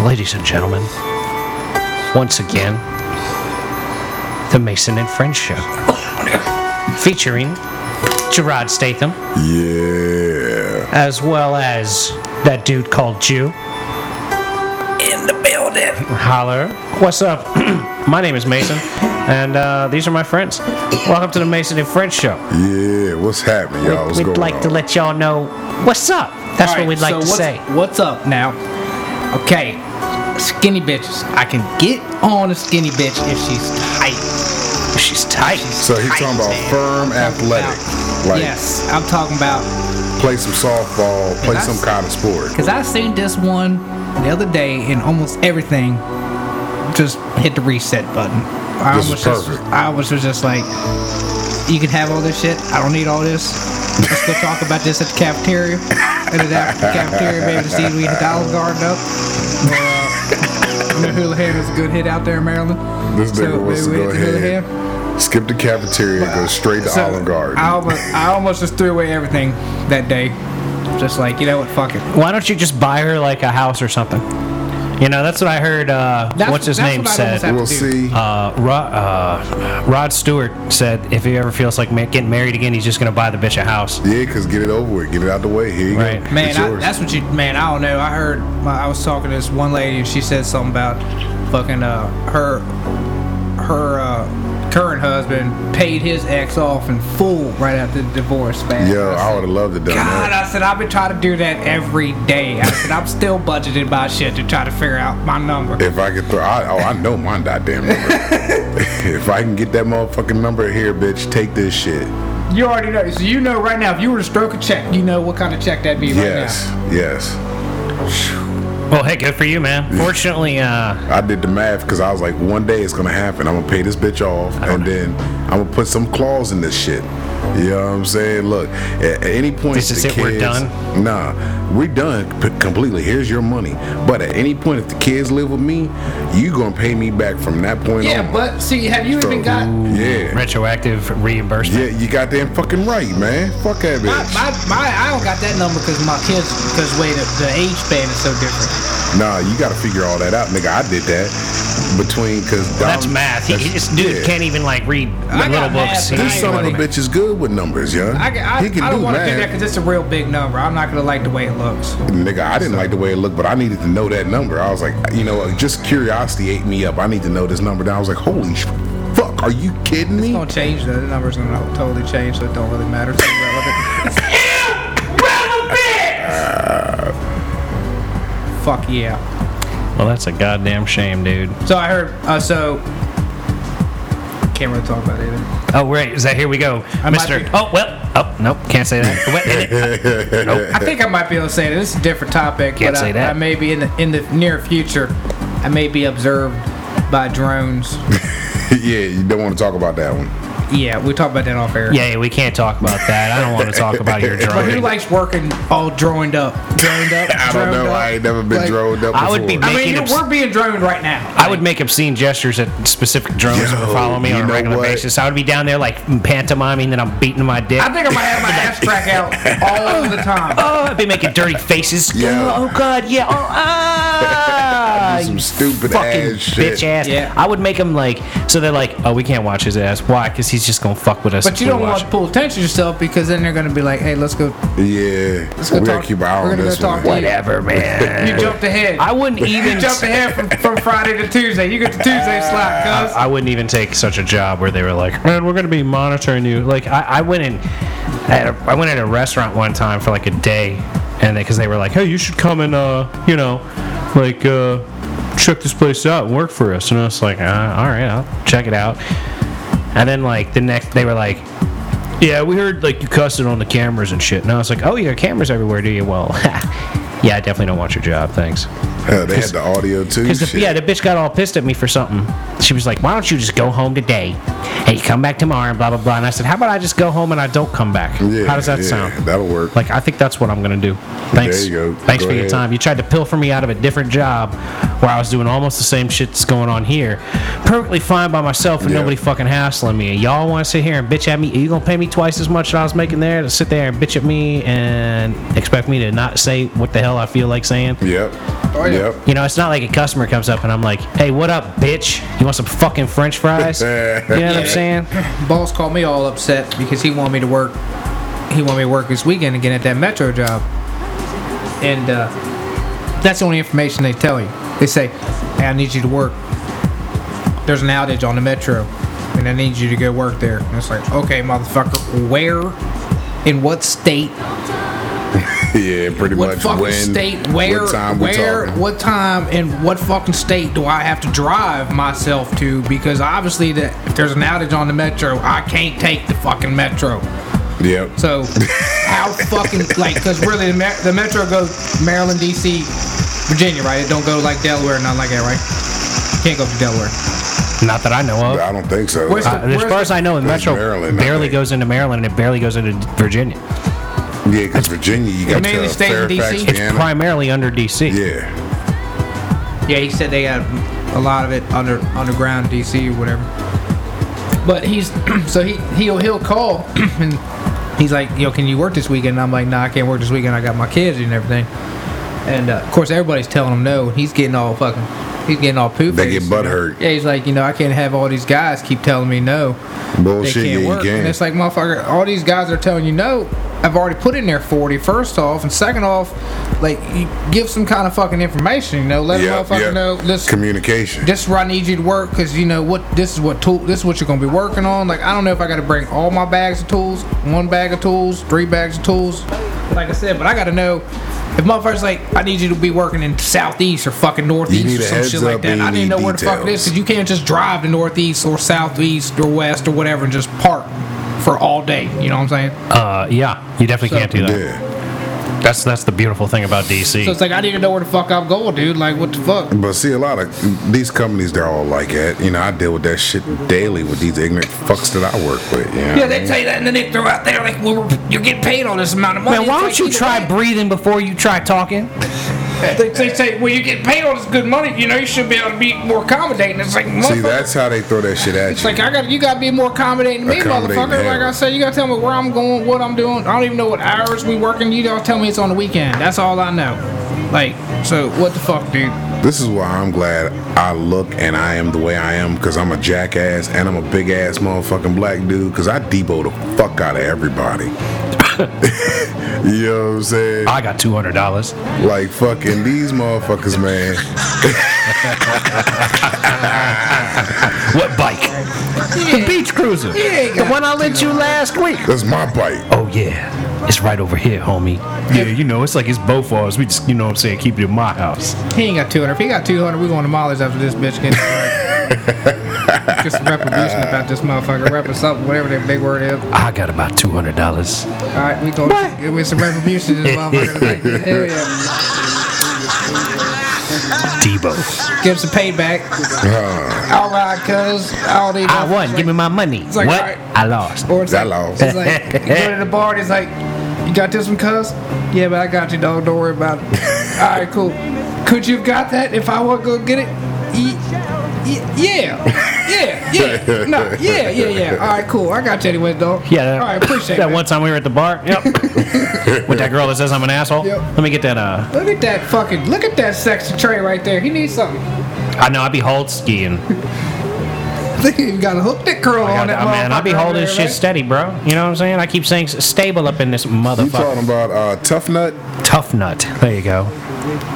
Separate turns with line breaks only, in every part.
Ladies and gentlemen, once again, The Mason and Friends Show. Featuring Gerard Statham,
Yeah.
as well as that dude called Jew.
in the building.
Holler. What's up? my name is Mason, and uh, these are my friends. Welcome to the Mason and Friends Show.
Yeah. What's happening, y'all? What's
We'd
going
like
on?
to let y'all know what's up. That's
All
what
right,
we'd like
so
to
what's-
say.
What's up now? Okay, skinny bitches. I can get on a skinny bitch if she's tight.
She's tight.
so he's talking about
man.
firm athletic. Like
yes, I'm talking about
play some softball, play
Yes.
some kind of sport.
because I seen this one the other day, and almost everything just hit the reset button. I
This is
almost just-
perfect.
I almost was just like, you can have all this shit. I don't need all this. Let's go talk about this at the cafeteria. And then after the cafeteria, maybe to see if we hit the Olive Garden up. Or, uh, I know Hula Hand is a good hit out there in Maryland.
This nigga wants to
maybe we
go
hit the Hula
ahead,
Hand.
skip the cafeteria, go straight to
So,
Olive Garden.
I almost, I almost just threw away everything that day. Just like, you know what, fuck it.
Why don't you just buy her like a house or something? You know, that's what I heard. Uh,
That's-
what's his
that's
name
what I'd almost
said?
have-
we'll
dude.
see.
Uh, Rod, uh, Rod Stewart said if he ever feels like ma- getting married again, he's just gonna buy the bitch a house.
yeah, cause get it over with, get it out the way. Here you
Right.
go.
Man,
It's
I,
yours.
that's what you. Man, I don't know. I heard. I was talking to this one lady, and she said something about fucking uh her her uh, current husband paid his ex off in full right after the divorce. Man,
Yo,
I
I would have loved to done that.
God, I said I've been trying to do that every day. I said I'm still budgeting my shit to try to figure out my number.
If I could throw, I, oh, I know my goddamn number. if I can get that motherfucking number here, bitch, take this shit.
You already know. So you know right now, if you were to stroke a check, you know what kind of check that'd be
Yes,
right
yes.
Well, hey, good for you, man. Fortunately, uh,
I did the math because I was like, one day it's gonna happen. I'm gonna pay this bitch off, and then I'm gonna put some claws in this shit. You know what I'm saying? Look, at, at any point,
This
if
is
the
it, we're
kids-
done?
Nah, we're done p- completely. Here's your money. But at any point, if the kids live with me, you gonna pay me back from that point
now.
on.
Yeah, but see, have you even got?
yeah,
retroactive reimbursement.
yeah, you goddamn fucking right, man. Fuck that
My,
bitch.
my, my, I don't got that number because my kids, because way the, the age span is so different.
Nah, you gotta figure all that out, nigga. I did that between because
That's math. He, this dude can't even like read
Um, I
little
got math,
books.
but
He
I
This
ain't
son of a
running.
bitch is good with numbers, yeah.
I, I,
he can
I don't
do
want to
math.
do that because it's a real big number. I'm not gonna like the way it looks.
Nigga, I didn't like the way it looked, but I needed to know that number. I was like, you know, just curiosity ate me up. I need to know this number. Then I was like, holy sh- fuck, are you kidding me?
It's gonna change though. The number's gonna totally change, so it don't really matter. It's irrelevant. Fuck yeah.
Well, that's a goddamn shame, dude.
So I heard. Uh, so can't really talk about it. Either.
Oh, right. Is that here we go,
I might
Mister?
be-
Oh, well. Oh, nope. Can't say that. Wet in it.
I think I might be able to say this. It's a different topic,
Can't
but
say
I,
that.
I may be in the in the near future. I may be observed by drones.
yeah, you don't want to talk about that one.
yeah, we talked about that off air.
Yeah, we can't talk about that. I don't want to talk about your
But who
drawing.
likes working all droned up? Droned up?
I don't
droned
know.
up?
I ain't never been
Like,
droned up before.
I would be
I mean,
Making
you-
obs-
we're being droned right now.
I would make obscene gestures at specific drones
Yo,
that follow me
you
on a
know
regular
what?
basis. I would be down there like pantomiming that I'm beating my dick.
I think I might have my ass crack out all the time.
oh, I'd be making dirty faces.
Yeah.
Oh, oh, God, yeah. Oh, ah.
Do some
you
stupid
fucking
ass shit.
bitch ass.
Yeah.
I would make him like, so they're like, oh, we can't watch his ass. Why? Because he's just going to fuck with us.
But
if
you
we
don't want
watch
to
it.
pull attention to yourself because then they're going to be like, hey, let's go.
Yeah,
go
we gotta
talk-
keep an eye
we're
on
gonna go
this
talk
one.
to you.
Whatever,
You
man.
jumped ahead.
I wouldn't even.
you jumped ahead from, from Friday to Tuesday. You get the Tuesday slot, cuz.
I wouldn't even take such a job where they were like, man, we're going to be monitoring you. Like, I, I went in, at a, I went in a restaurant one time for like a day, and because they were like, hey, you should come and, uh, you know, like, uh, check this place out and work for us. And I was like, uh, all right, I'll check it out. And then like the next, they were like, yeah, we heard like you cussing on the cameras and shit. And I was like, oh, you got cameras everywhere, do you? Well, yeah, I definitely don't want your job. Thanks.
Hell, they had the audio too.
Because
Shit.
the, yeah, the bitch got all pissed at me for something. She was like, "Why don't you just go home today, and you come back tomorrow, and blah blah blah." And I said, "How about I just go home and I don't come back?
Yeah,
How does that
yeah,
sound?"
That'll work.
Like, I think that's what I'm gonna do. Thanks.
There you go.
Thanks
Go
for your
ahead.
time. You tried to pilfer me out of a different job where I was doing almost the same shit that's going on here, perfectly fine by myself and
Yeah.
nobody fucking hassling me. And y'all want to sit here and bitch at me? Are you gonna pay me twice as much that I was making there to sit there and bitch at me and expect me to not say what the hell I feel like saying?
yep.
Or
Yep.
You know, it's not like a customer comes up and I'm like, hey, what up, bitch? You want some fucking french fries? you know what I'm saying?
Boss called me all upset because he wanted me to work. He wanted me to work this weekend again at that metro job, and uh, that's the only information they tell you. They say, "Hey, I need you to work. There's an outage on the metro, and I need you to go work there." And it's like, "Okay, motherfucker, where? In what state?
Yeah, pretty
What
much.
fucking
when,
state? Where?
What time we
where?
talking?
What time? And what fucking state do I have to drive myself to? Because obviously, that if there's an outage on the metro, I can't take the fucking metro."
Yep.
So how fucking like? Because really, the, Mar- the metro goes Maryland, D.C., Virginia, right? It don't go like Delaware, nothing like that, right? Can't go to Delaware.
Not that I know of.
I don't think so.
Where's
Uh,
Uh,
as far as I know, the
That's
Metro
Maryland, I
barely
think.
goes into Maryland and it barely goes into Virginia.
yeah, because Virginia, you got
mainly
to
stays in
Fairfax,
DC?
It's
Vienna.
primarily under D.C.
yeah.
Yeah, he said they got a lot of it under underground D.C. or whatever. But he's so he he'll he'll call and he's like, yo, can you work this weekend? And I'm like, nah, I can't work this weekend. I got my kids and everything. And uh, of course, everybody's telling him no. and He's getting all fucking, he's getting all poop.
They get butthurt.
Yeah, he's like, you know, I can't have all these guys keep telling me no.
Bullshit.
they
yeah,
can't
you
work.
can.
And it's like, motherfucker, all these guys are telling you no. I've already put in there 40, first off. And second off, like, you give some kind of fucking information, you know? Let
Yep,
a motherfucker
yep.
know, listen,
Communication.
this is where I need you to work because, you know, what this is what tool, this is what you're going to be working on. Like, I don't know if I got to bring all my bags of tools, one bag of tools, three bags of tools, like I said, but I got to know. If motherfuckers like, I need you to be working in southeast or fucking northeast
need
or
a
some
heads
shit like
up and
that,
you
I need to
need
know where the fuck it
details.
is because you can't just drive to northeast or southeast or west or whatever and just park for all day. You know what I'm saying?
Uh, yeah, you definitely
So-
can't do that.
yeah.
That's that's the beautiful thing about D.C.
So it's like I need to know where the fuck I'm going, dude. Like what the fuck?
But see, a lot of these companies, they're all like that. You know, I deal with that shit daily with these ignorant fucks that I work with. You know?
Yeah, they tell you that, and then they throw out there like, well, we're- you're getting paid all this amount of money.
Man, why
It's
don't
like,
you try
either
breathing before you try talking?
way, They, they say, well, you're getting paid all this good money. You know, you should be able to be more accommodating. It's like,
See,
motherfucker,
that's how they throw that shit at
It's
you.
like I got you got to be more accommodating to me,
Accommodating
motherfucker. Like
hell.
I said, you got to tell me where I'm going, what I'm doing. I don't even know what hours we working. You don't tell me it's on the weekend. That's all I know. Like, so what the fuck, dude?
This is why I'm glad I look and I am the way I am because I'm a jackass and I'm a big ass motherfucking black dude because I debo the fuck out of everybody. you know what I'm saying?
I got two hundred dollars.
Like fucking these motherfuckers, man.
What bike? The beach cruiser. The one I lent you last week.
That's my bike.
Oh yeah, it's right over here, homie. Yeah, you know, it's like it's both of us. We just, you know, what I'm saying, keep it in my house.
He ain't got 200. If he got 200, we going to Molly's after this bitch gets. Just some retribution about this motherfucker. Rep or something, whatever that big word is. All
I got about two hundred dollars.
right, we going to give me some retribution to this motherfucker. tonight. Hell yeah.
Debo.
Give some payback.
Huh.
All right, cuz. All these.
I won. Give me my money.
like,
what?
alright.
I lost.
Or it's
That
like,
long.
it's like you go to the bar and it's like, you got this one, cuz? Yeah, but I got you, dog. Don't worry about it. All right, cool. Could you have got that if I would go get it? Ye- ye- Yeah, yeah, yeah, no, yeah, yeah, yeah. All right, cool. I got you anyway, dog.
Yeah, that,
All right, appreciate
that
it.
one time we were at the bar. Yep. With that girl that says I'm an asshole.
Yep.
Let me get that. Uh,
Look at that fucking, look at that sexy tray right there. He needs something.
I know I'd be hold skiing.
Look, you got a hook that curl
I
on that.
got- man, I be
motherfucker
holding
right
this shit
there, right?
steady, bro. You know what I'm saying? I keep saying s- stable up in this
You
motherfucker.
talking about uh, Tough Nut?
Tough nut. There you go.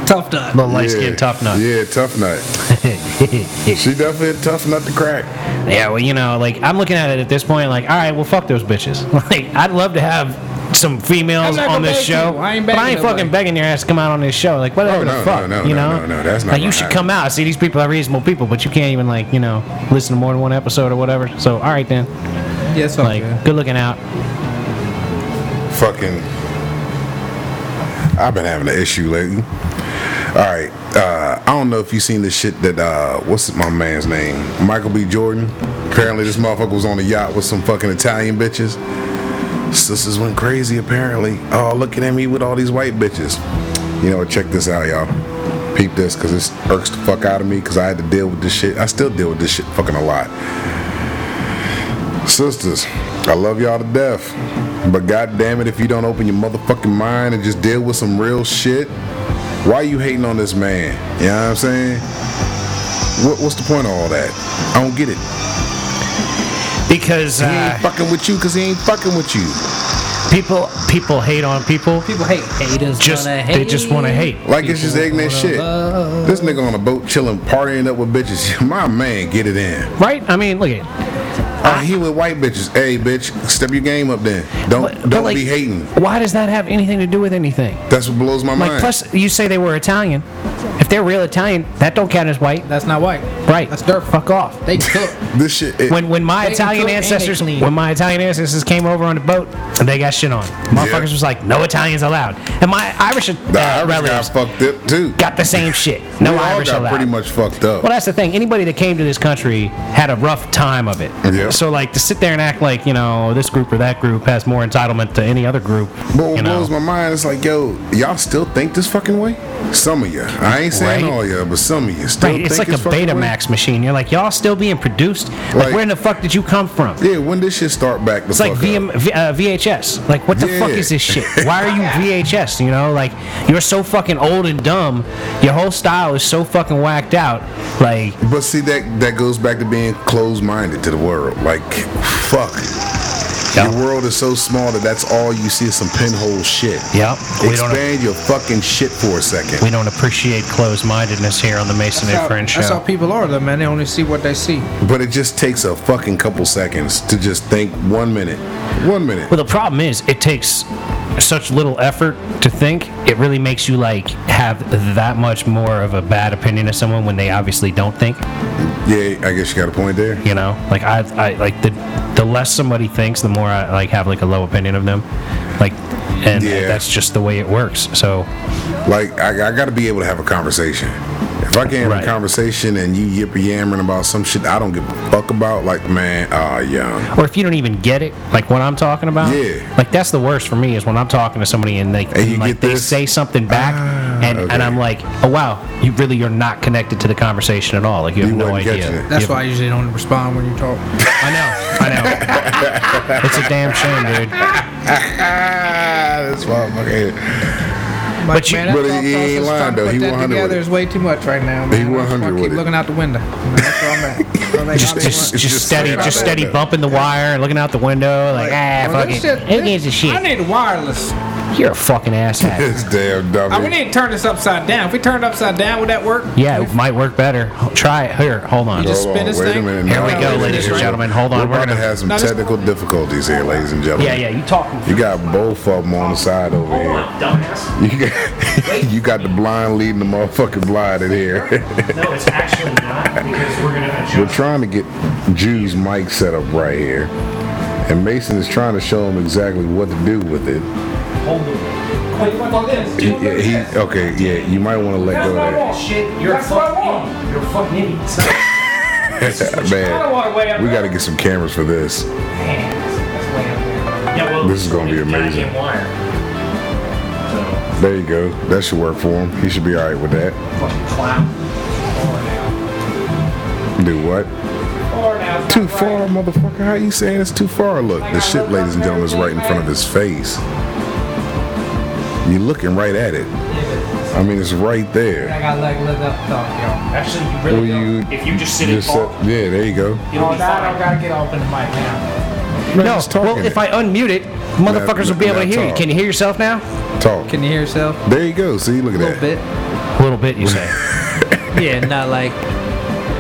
Tough done.
Little light skinned tough nut.
Yeah, Tough Nut. she definitely a tough nut to crack.
Yeah, well, you know, like I'm looking at it at this point, like, all right, well, fuck those bitches. Like, I'd love to have some females
I'm not
on
gonna
this
beg
show,
you. I ain't
but I
begging
ain't fucking
nobody.
begging your ass to come out on this show. Like, whatever
Oh, no,
the fuck,
no, no,
you
no,
know?
no, no, that's not
Like, you
gonna
should
happen.
come out. See, these people are reasonable people, but you can't even like, you know, listen to more than one episode or whatever. So, all right then,
Yes,
like, good looking out.
fucking I've been having an issue lately. All right, uh, I don't know if you seen this shit that uh, what's my man's name, Michael B. Jordan. Apparently, this motherfucker was on a yacht with some fucking Italian bitches. Sisters went crazy. Apparently, oh looking at me with all these white bitches. You know, what, check this out, y'all. Peep this, cause this irks the fuck out of me, cause I had to deal with this shit. I still deal with this shit fucking a lot. Sisters, I love y'all to death. But god damn it, if you don't open your motherfucking mind and just deal with some real shit, Why you hating on this man? You know what I'm saying? What, what's the point of all that? I don't get it.
because
He ain't
uh,
fucking with you because he ain't fucking with you.
people people hate on people.
People hate haters.
Just
gonna
they just want to hate.
Like it's just ignorant shit. This nigga on a boat chilling, partying up with bitches. My man, get it in.
Right? I mean, look at.
Oh, he with white bitches. Hey, bitch, step your game up then. Don't
but- but,
don't
like,
be hating.
Why does that have anything to do with anything?
That's what blows my
Like,
mind.
plus you say they were Italian. If they're real Italian, that don't count as white.
That's not white.
Right?
That's dirt.
Fuck off.
They cook.
this shit. It,
When when my
They
Italian
cook and they
ancestors
clean.
when my Italian ancestors came over on the boat and they got shit on. Motherfuckers
Yeah.
was like, no Italians allowed. And my Irish uh,
the Irish guy
relatives
fucked up too.
got the same shit. No
we all
Irish
got
allowed.
pretty much fucked up.
Well, that's the thing. Anybody that came to this country had a rough time of it.
Yeah.
So, like, to sit there and act like, you know, this group or that group has more entitlement to any other group.
But what
you know.
blows my mind is like, yo, y'all still think this fucking way? Some of you. I ain't saying
Right.
all y'all, but some of you still
Right,
think
it's like a
this fucking
Betamax machine. You're like, y'all still being produced? Like,
Like-
where in the fuck did you come from?
Way? Yeah, when this shit start back the
It's like
fuck
VM,
up?
v, uh, VHS. Like, what the
Yeah.
fuck is this shit? Why are you VHS? You know, like, you're so fucking old and dumb. Your whole style is so fucking whacked out. Like,
But see that that goes back to being closed-minded to the world. Like, fuck.
Yeah.
Your world is so small that that's all you see is some pinhole shit.
yep, we don't,
Expand your fucking shit for a second.
we don't appreciate closed mindedness here on the Mason
That's
and
how,
Friends show.
that's how people are, though, man. They only see what they see.
But it just takes a fucking couple seconds to just think one minute. One minute.
Well, the problem is, it takes such little effort to think. It really makes you like have that much more of a bad opinion of someone when they obviously don't think.
Yeah, I guess you got a point there.
You know, like I, I like the the less somebody thinks, the more I like have like a low opinion of them. Like, and
Yeah.
that's just the way it works. So,
Like, I, I got to be able to have a conversation. If I can't have
Right.
a conversation and you yip yammering about some shit I don't give a fuck about, like, man, ah, yeah.
or if you don't even get it, like what I'm talking about,
Yeah.
like that's the worst for me is when I'm talking to somebody and they
And you
like
get
they
this?
say something back,
Ah,
and, and
okay.
I'm like, oh wow, you really you're not connected to the conversation at all. Like you have
You
no
wasn't
idea.
catching it.
That's
You have
why I usually don't respond when you talk.
I know. I know. it's a damn shame, dude. Ah,
That's why I'm okay.
My-
But you-
that
But he-
thought
he ain't
process
lying,
trying to
though.
put
He
that
100 with
together
it.
is way too much right now.
He
man. I just
100
wanna
with
keep
it.
looking out the window. That's where I'm at. Or like,
Just,
I
just, just
want-
just
steady,
straight
just
out
steady
there.
bumping the wire and looking out the window, like, ah,
well,
fuck
this
it.
shit-
Who gives a
I
shit?
need wireless.
You're a fucking asshat.
It's damn dumb.
I, we need to turn this upside down. If we turn it upside down, would that work?
Yeah, it might work better. H- Try it. Here, hold on.
You just- spin this
wait
thing.
a minute.
Here
now.
we go,
Wait a minute.
ladies and gentlemen. Hold on,
We're,
we're
about to
gonna-
have some
No, this-
technical difficulties here, ladies and gentlemen.
yeah, yeah, you talking.
You got both of them on the side over here.
Dumbass.
You got, you got the blind leading the motherfucking blind in here.
No, it's actually not because we're gonna
We're
adjust.
trying to get Jew's mic set up right here. And Mason is trying to show him exactly what to do with it.
Hold it. Wait, you want all this?
He, yeah, he- okay, yeah, you might want to let go of
Shit, you're That's what I want. You're a fucking idiot.
that. Man, we got to get some cameras for this.
Yeah, well,
This is gonna be amazing.
goddamn wire. So,
There you go. That should work for him. He should be all right with that.
fucking clown.
Do what? Too far, motherfucker. How you saying it's too far? Look, the shit, ladies and gentlemen, is right in front of his face. You're looking right at it. I mean, it's right there.
I got like lit up talk, y'all.
Actually, you really
Well,
don't.
you-
if you just sit
Just
in
set,
far,
yeah, there you go.
you know,
I don't gotta get off in the mic now.
No, well, if I unmute it, motherfuckers
Now-
will be able
now
to hear you.
talk.
Can you hear yourself now?
talk,
Can you hear yourself?
there you go. See, look at
A little
that.
bit.
A little bit, you say.
Yeah, not like,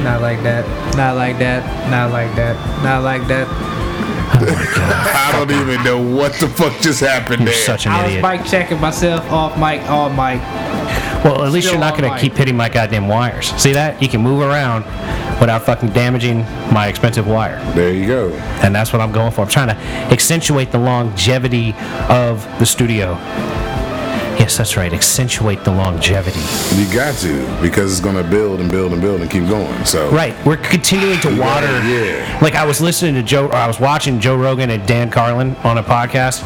not like that, not like that, not like that, not like that.
I don't even know what the fuck just happened
You're
there.
such an
I was
idiot.
mic checking myself off mic, on mic.
well, at least
still
you're not
on
going to
mic.
keep hitting my goddamn wires. See that? You can move around without fucking damaging my expensive wire.
there you go.
And that's what I'm going for. I'm trying to accentuate the longevity of the studio. Yes, that's right. Accentuate the longevity.
You got to because it's gonna build and build and build and keep going. So
Right. We're continuing to water.
yeah.
Like I was listening to Joe, or I was watching Joe Rogan and Dan Carlin on a podcast,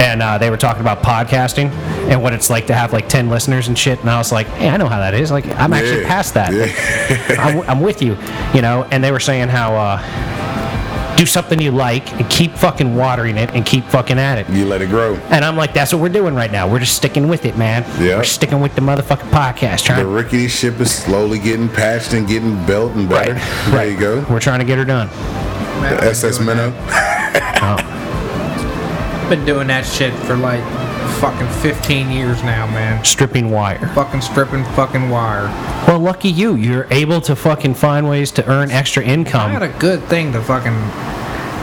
and uh, they were talking about podcasting and what it's like to have like ten listeners and shit. And I was like, hey, I know how that is. Like I'm actually
Yeah.
past that.
Yeah.
I'm, I'm with you, you know. And they were saying how. Uh, do something you like and keep fucking watering it and keep fucking at it.
You let it grow.
And I'm like, that's what we're doing right now. We're just sticking with it, man.
Yeah.
We're sticking with the motherfucking podcast.
The
Trying,
rickety ship is slowly getting patched and getting built and better.
Right,
There
right.
you go.
We're trying to get her done.
Man, I've
The
been
SS
doing
Minnow.
that- Been doing that shit for like fucking 15 years now, man.
Stripping wire.
Fucking stripping fucking wire.
Well, lucky you. You're able to fucking find ways to earn extra
I had
income
a good thing to fucking.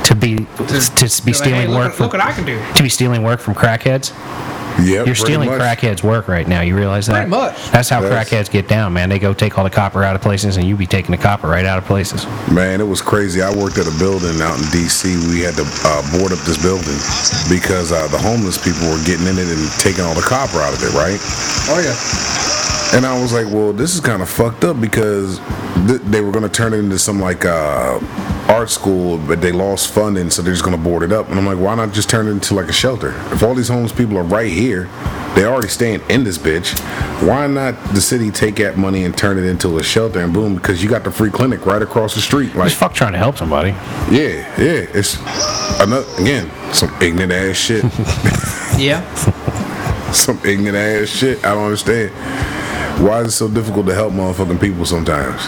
to be to
To,
be
to, hey,
stealing
look,
work
at- Look what
from
I can do.
to be stealing work from crackheads.
Yep.
You're stealing
much.
crackheads' work right now. You realize that?
Pretty much.
That's how
Yes.
crackheads get down, man. They go take all the copper out of places, and you be taking the copper right out of places.
Man, it was crazy. I worked at a building out in D.C. We had to uh, board up this building because uh, the homeless people were getting in it and taking all the copper out of it, right?
Oh yeah.
And I was like, well, this is kind of fucked up because th- they were going to turn it into some like uh, art school, but they lost funding, so they're just going to board it up. And I'm like, why not just turn it into like a shelter? If all these homeless people are right here, they already staying in this bitch. Why not the city take that money and turn it into a shelter? And boom, because you got the free clinic right across the street. Like,
Just fuck trying to help somebody.
yeah, yeah, it's another again some ignorant ass shit.
Yeah.
some ignorant ass shit. I don't understand. Why is it so difficult to help motherfucking people sometimes?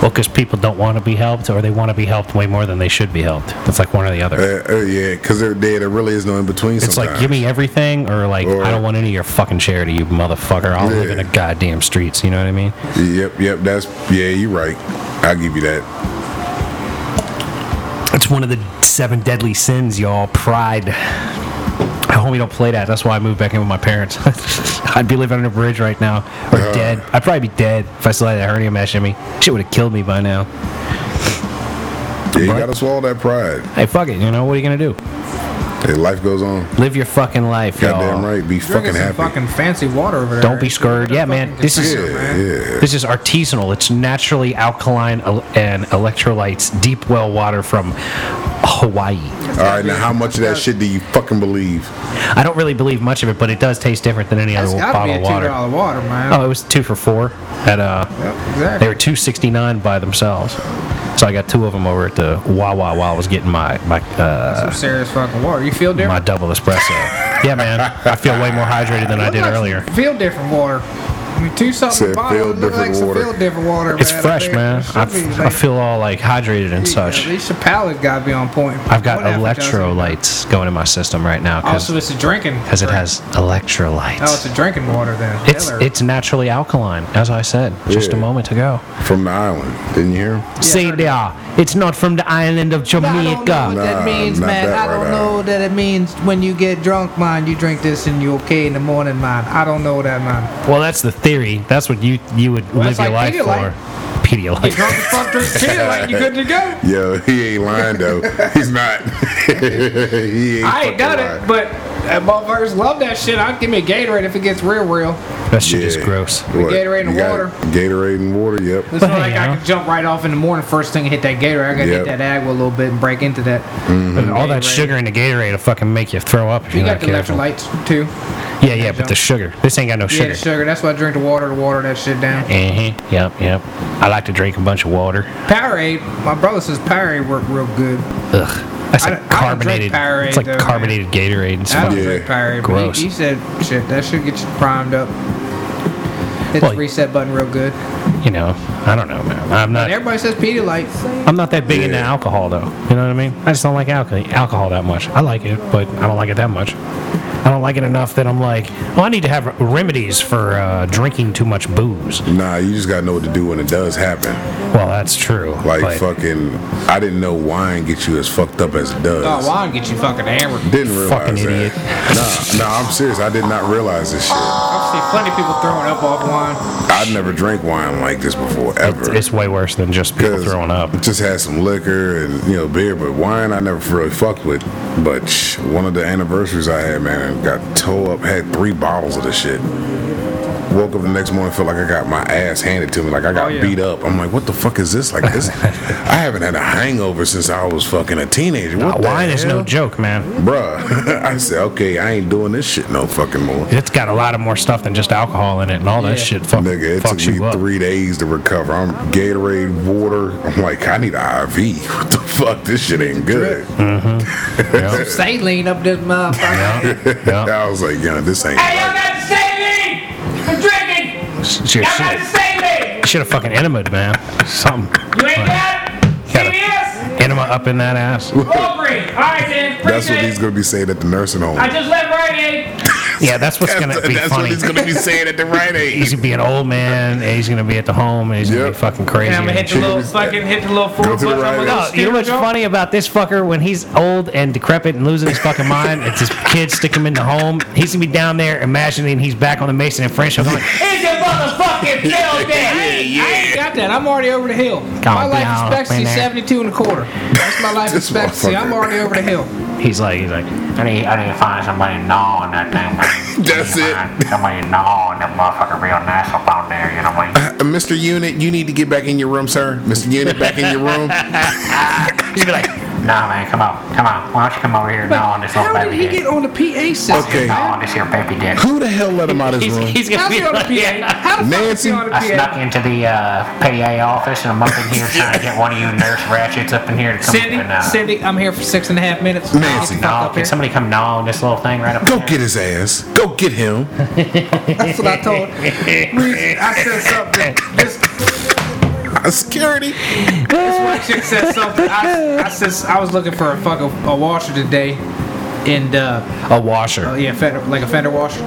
Well, because people don't want to be helped, or they want to be helped way more than they should be helped. It's like one or the other.
Uh, uh, yeah, because they're dead. There really is no in between.
it's like give me everything, or like
Or-
I don't want any of your fucking charity, you motherfucker. I'll live in the
Yeah.
goddamn streets. You know what I mean?
Yep, yep. That's yeah. You're right. I'll give you that.
It's one of the seven deadly sins, y'all. Pride. I hope we don't play that. That's why I moved back in with my parents. I'd be living under a bridge right now, or dead. I'd probably be dead if I still had that hernia mesh in me. Shit would have killed me by now.
Yeah, you gotta swallow that pride.
Hey, fuck it. You know what are you gonna do?
Hey, life goes on.
Live your fucking life, y'all.
Goddamn right. Be
Drinking
fucking
some
happy.
fucking fancy water over there.
Don't be scared. Yeah, man. This is
Yeah,
yeah, yeah.
This is artisanal. It's naturally alkaline el- and electrolytes, deep well water from Hawaii.
All right, now how much of that shit do you fucking believe?
I don't really believe much of it, but it does taste different than any
That's
other
gotta be
bottle
a
of
two
water.
dollar water, man.
Oh, it was two for four at uh,
Yep,
they
exactly.
were two sixty nine by themselves. So I got two of them over at the Wawa while I was getting my my uh,
Some serious fucking water. You feel
my
different.
double espresso. yeah, man, I feel way more hydrated than I did
Look like
earlier.
some Feel different water. I mean, two something
Said feel
bottle look like
different
some
water.
feel different water.
It's
man. I
fresh,
think
man.
it should
I,
be,
f- I
like, uh,
feel all like hydrated and
At
such.
least your palate got to be on point.
I've got
Whatever Oh, does it.
electrolytes going in my system right now because
Also, it's a drinking.
because it
drink.
has electrolytes.
Oh, it's a drinking water then.
It's
Hell,
it's naturally alkaline, as I said just a
Yeah.
moment ago.
From the island, didn't you hear? him?
See there, it's not from the island of
I
Jamaica.
don't know what
Nah,
that means,
not
man.
that
I don't
right
know
now.
that it means when you get drunk, man. You drink this and you okay in the morning, man. I don't know that, man.
Well, that's the theory. That's what you you would
Well,
live
it's
your
like
life for.
You
Pedialyte.
drunk as fuck, drink Pedialyte, like you good to go.
Yo, he ain't lying though. He's not. he ain't
I ain't
fucking
done
lying.
it, but uh, motherfuckers love that shit. I'd give me a Gatorade if it gets real, real.
That shit is
Yeah.
gross.
What?
Gatorade and
You got
water.
Gatorade and water. Yep.
It's not
Well,
like
you know.
I can jump right off in the morning, first thing and hit that Gatorade. I gotta
Yep.
hit that agua a little bit and break into that.
All that
Gatorade.
sugar in the Gatorade will fucking make you throw up if
You
you're
got
not
the
careful.
electrolytes too.
Yeah, yeah, but the sugar. This ain't got no
Yeah,
sugar.
the sugar. That's why I drink the water to water that shit down.
Uh-huh. Yep, yep. I like to drink a bunch of water.
Powerade. My brother says Powerade worked real good.
Ugh. That's
I
like
don't- I don't
carbonated.
drink Powerade,
It's like
though, man.
carbonated Gatorade. It's
I don't
fucking-
Yeah.
drink Powerade. But
Gross.
he, he said, shit, that should get you primed up. Hit
Well,
the reset button real good.
you know, I don't know, man. I'm not.
And everybody says Pedialyte.
I'm not that big into
Yeah.
alcohol, though. You know what I mean? I just don't like alcohol, alcohol that much. I like it, but I don't like it that much. I don't like it enough that I'm like, well, I need to have remedies for uh, drinking too much booze.
Nah, you just gotta know what to do when it does happen.
Well, that's true.
Like
but
fucking, I didn't know wine gets you as fucked up as it does.
Oh, wine get you fucking hammered.
Didn't realize
Fucking idiot.
that. Nah, nah, I'm serious. I did not realize this shit.
I've seen plenty of people throwing up off wine.
I've never drank wine like this before
it's,
ever.
it's way worse than just people
'Cause
throwing up.
Just had some liquor and you know beer, but wine I never really fucked with. But shh, one of the anniversaries I had, man, got toe up. Had three bottles of this shit. Woke up the next morning, felt like I got my ass handed to me, like I got
Oh, yeah.
beat up. I'm like, what the fuck is this? Like this, I haven't had a hangover since I was fucking a teenager. What the
Wine is
hell?
no joke, man.
Bruh, I said, okay, I ain't doing this shit no fucking more.
It's got a lot of more stuff than just alcohol in it, and all that
Yeah.
shit fuck,
Nigga, it took
fucks
me
you up.
three days to recover. I'm Gatorade, water. I'm like, I need an IV. What the fuck? This shit ain't good.
Yeah.
Saline up this motherfucker.
Yeah. Yeah.
I was like, yeah, this ain't.
Hey, y'all gotta save me! I'm drinking!
Shit,
Y'all gotta
shit.
save me!
Should have fucking enemed, man. Something.
You ain't got
Gotta-
CVS?
Enema up in that ass.
Walgreens. Alright then,
That's what
appreciate
he's
it.
gonna be saying at the nursing home.
I just left Rite Aid.
Yeah, that's what's gonna be
that's what
funny.
he's gonna be saying at the right
He's
age.
gonna be an old man. And he's gonna be at the home. And he's gonna
Yep.
be fucking crazy.
And I'm gonna hit the little
Jesus.
fucking, hit the little food
Go to the
bus. I'm
Rite
gonna
Aid.
go
Oh, you know what's
steer-
funny about this fucker? When he's old and decrepit and losing his fucking mind, it's his kids stick him in the home. He's gonna be down there imagining he's back on the Mason and French. Hill going,
It's a motherfucking bill
yeah,
day!
I ain't
yeah.
got that. I'm already over the hill. my
on
life
down,
expectancy
man.
72 and a quarter. That's my life
This
expectancy. I'm
motherfucker.
already over the hill.
he's like, he's like,
I need, I need to find somebody to gnaw on that thing.
That's it.
Somebody to gnaw on that motherfucker real nice up on there, you know what I mean?
Uh, Mr. Unit, you need to get back in your room, sir. Mr. Unit, back in your room.
he's gonna be like,
Nah, man, come on, come on. Why don't you come over here and gnaw
Oh,
on this
How
little
did
baby
he
dick?
get on the PA system?
Okay.
Gnaw on this here baby dick.
Who the hell let him out of his
he's,
room?
he's gonna
How's
be
he on the
like,
PA? How the fuck is
Nancy?
he on the
I snuck
PA?
into the uh, PA office and I'm up in here trying to get one of you nurse ratchets up in here to come up and,
Cindy,
uh,
Cindy, I'm here for six and a half minutes.
Nancy.
Get the fuck
gnaw.
up
Can
here.
somebody come gnaw on this little thing right up
Go
in
get his ass. Go get him.
That's what I told Reese, I said something. This,
Uh, security.
this one chick said something. I, I, says, I was looking for a fucking a washer today. And, uh,
a washer,
yeah, fender, like a fender washer.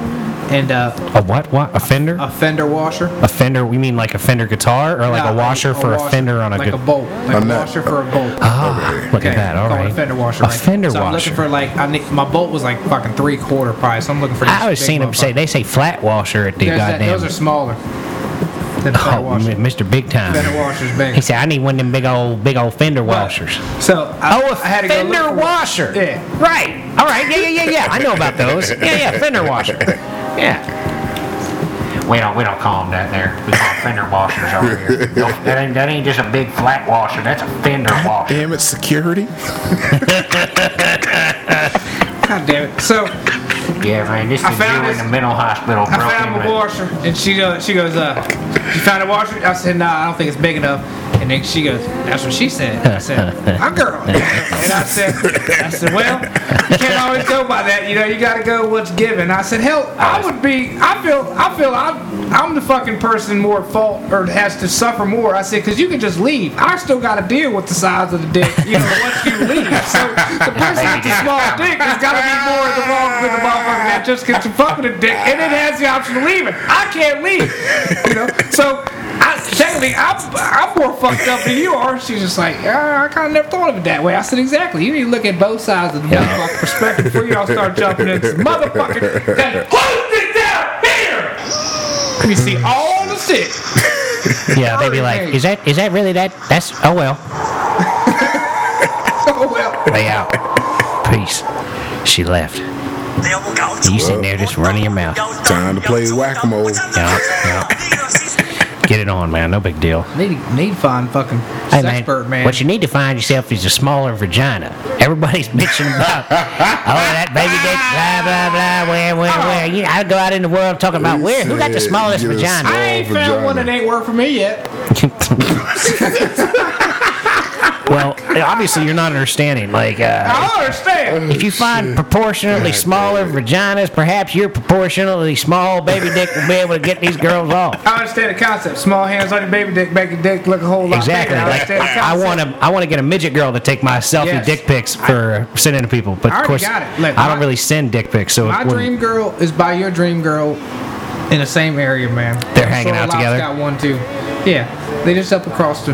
And, uh,
a what? What? A fender?
a fender washer.
A fender? We mean like a fender guitar, or like
Nah,
a washer for a fender on a
Like
good.
a bolt. Like a
I'm not-
washer for a bolt.
Ah, look at that. All
Call it
right.
a fender washer.
A
right?
fender
so I'm
washer.
looking for like I need, my bolt was like fucking three quarter price. So I'm looking for. This
I always
big
seen them say
motherfucker.
they say flat washer at the
There's that-
goddamn.
those are smaller than fender
oh,
washers.
Mr. Big Time.
Fender washers,
He
big.
said, "I need one of them big old, big old fender washers."
So I,
Oh, a
I had to go look
fender
for one.
washer.
Yeah.
Right. All right. Yeah, yeah, yeah, yeah. I know about those. Yeah, yeah. Fender washer. Yeah.
there? We don't, we don't call them that there. We call them fender washers over here. Don't- that, ain't, that ain't just a big flat washer, that's a fender washer.
Damn it, security.
God damn it. So
Yeah, man, this
I
is you
found
in
this-
the mental hospital.
I
broke
found
in
my
with-
washer, and she goes, she goes, uh, you found a washer? I said, nah, I don't think it's big enough. And then she goes, that's what she said. I said, my girl. And I said, I said, well, you can't always go by that. You know, you got to go what's given. I said, hell, I would be, I feel, I feel I'm, I'm the fucking person more at fault or has to suffer more. I said, because you can just leave. I still got to deal with the size of the dick, you know, once you leave. So the person with the small dick has got to be more at the wrong with the motherfucker that just gets to fuck with a dick and it has the option of leaving. I can't leave. You know? So I technically I'm I'm more fucked up than you are. She's just like, "Ah, I kinda never thought of it that way. I said, Exactly. You need to look at both sides of the motherfucker perspective before y'all start jumping into this motherfucker that holds it down here. You see all the shit.
Yeah. They'd be like, "Is that? Is that really that? That's oh well.
Oh well.
They out. Peace." She left.
You sitting there just running your mouth.
Time to play whack-a-mole.
Yeah, Get it on, man. No big deal.
Need need to find fucking
Hey,
sex expert man.
What you need to find yourself is a smaller vagina. Everybody's bitching about, oh, that baby dick, blah, blah, blah, where, where, where. You know, I go out in the world talking about where, who got the
Said
smallest
you're
vagina?
I ain't
Small
found one that
vagina.
ain't worked for me yet.
well, obviously, you're not understanding. Like, uh,
I don't understand.
if you find proportionately smaller vaginas, perhaps your proportionately small baby dick will be able to get these girls off.
I understand the concept. Small hands on your baby dick, make your dick look a whole lot
Exactly.
bigger. I
Like,
understand the
I
concept.
want to, I want to get a midget girl to take my selfie
Yes.
dick pics for sending to people. But of
I already
course,
got it. Look,
I don't
my-
really send dick pics, so
My
it wouldn't-
dream girl is by your dream girl in the same area, man.
They're hanging out
Lopes
together?
Got one too. Yeah, they just up across the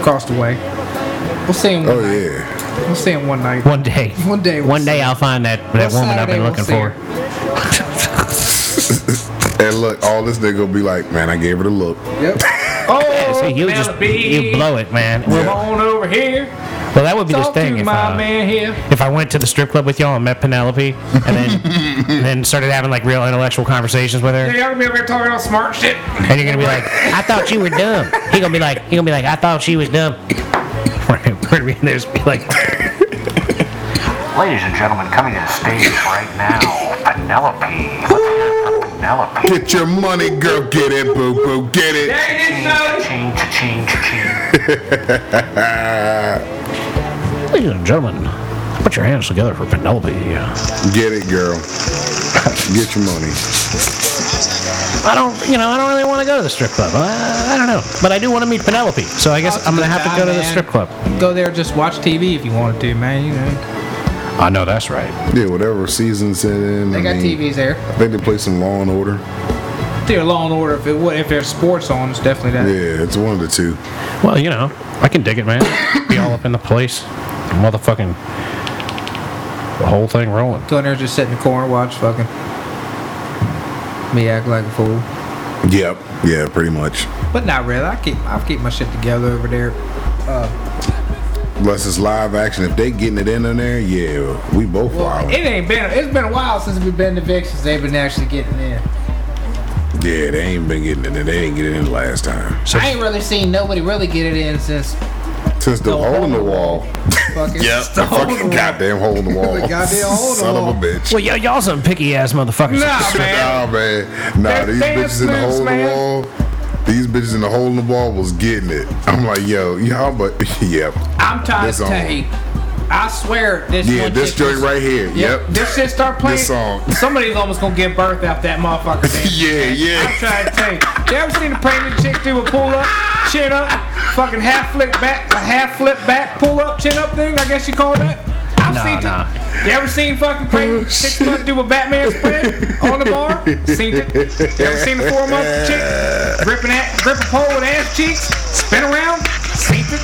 across the way. We'll see him. one
Oh
night.
yeah.
We'll see him one night.
One day.
One day we'll
one day
see.
I'll find that, that
One
woman I've
Saturday
been
we'll
looking
see
for.
And look, all this nigga will be like, man, I gave her the look.
Yep. Oh,
So you just
Mel B,
you blow it, man. Well,
Come on over here.
Well, that would be
Talk
the thing
to
if,
my
uh,
man here.
if I went to the strip club with y'all and met Penelope and then and then started having like real intellectual conversations with her,
Hey, y'all gonna be over here talking all smart shit.
and you're gonna be like, "I thought you were dumb." He gonna be like, "He gonna be like, I thought she was dumb." We're gonna be in there just be like,
Ladies and gentlemen, coming to the stage right now, Penelope. Penelope.
Get your money, girl. Get it, boo boo. Get it.
There it is, son.
Cha-ching, cha-ching, cha-ching.
Ah,
"Ladies and gentlemen, put your hands together for Penelope."
Get it, girl. Get your money.
I don't, you know, I don't really want to go to the strip club. I, I don't know, but I do want to meet Penelope, so I guess I'm gonna have to go to Oh, the strip club.
Go there, just watch TV if you wanted to, man. You know,
I know that's right.
Yeah, whatever season set in.
they
I
got
mean,
TVs there.
I think they play some Law and Order.
They're Law and Order. If it would, if there's sports on, it's definitely that.
Yeah, it's one of the two.
Well, you know, I can dig it, man. Be all up in the place, motherfucking, the whole thing rolling.
Go in there, just sit in the corner, watch fucking. Me act like a fool,
Yep. Yeah, pretty much.
but not really. I keep I keep my shit together over there.
Unless it's live action. If they getting it in on there, yeah, we both wild.
It ain't been it's been a while since we've been to Vixens. They've been actually getting in.
Yeah, they ain't been getting it in. They didn't get it in last time.
I ain't really seen nobody really get it in since
Since the hole in the wall.
fucking.
The
Stone
fucking
Wall.
goddamn hole in the wall.
The goddamn hole in the
Son
wall.
of a bitch.
Well, y- y'all some picky ass motherfuckers.
Nah, man.
Nah, man. Nah,
They're
these bitches in the
fast
hole in the
moves,
wall. These bitches in the hole in the wall was getting it. I'm like, yo, y'all, but yep,
I'm trying
This
to
on.
tell you. I swear this.
yeah,
one
this
chick was-
joint right here. Yep.
This shit start playing.
This song.
Somebody's almost gonna give birth out that motherfucker. man.
Yeah,
I'm
yeah.
trying to tell you. You ever seen a pregnant chick do a pull up, chin up, fucking half flip back, a half flip back, pull up, chin up thing? I guess you call that. I've
Nah,
seen
nah.
it. You ever seen fucking pregnant six month do a Batman spread on the bar? Seen it. You ever seen the four month chick gripping at grip a pole with ass cheeks, spin around? Seen it.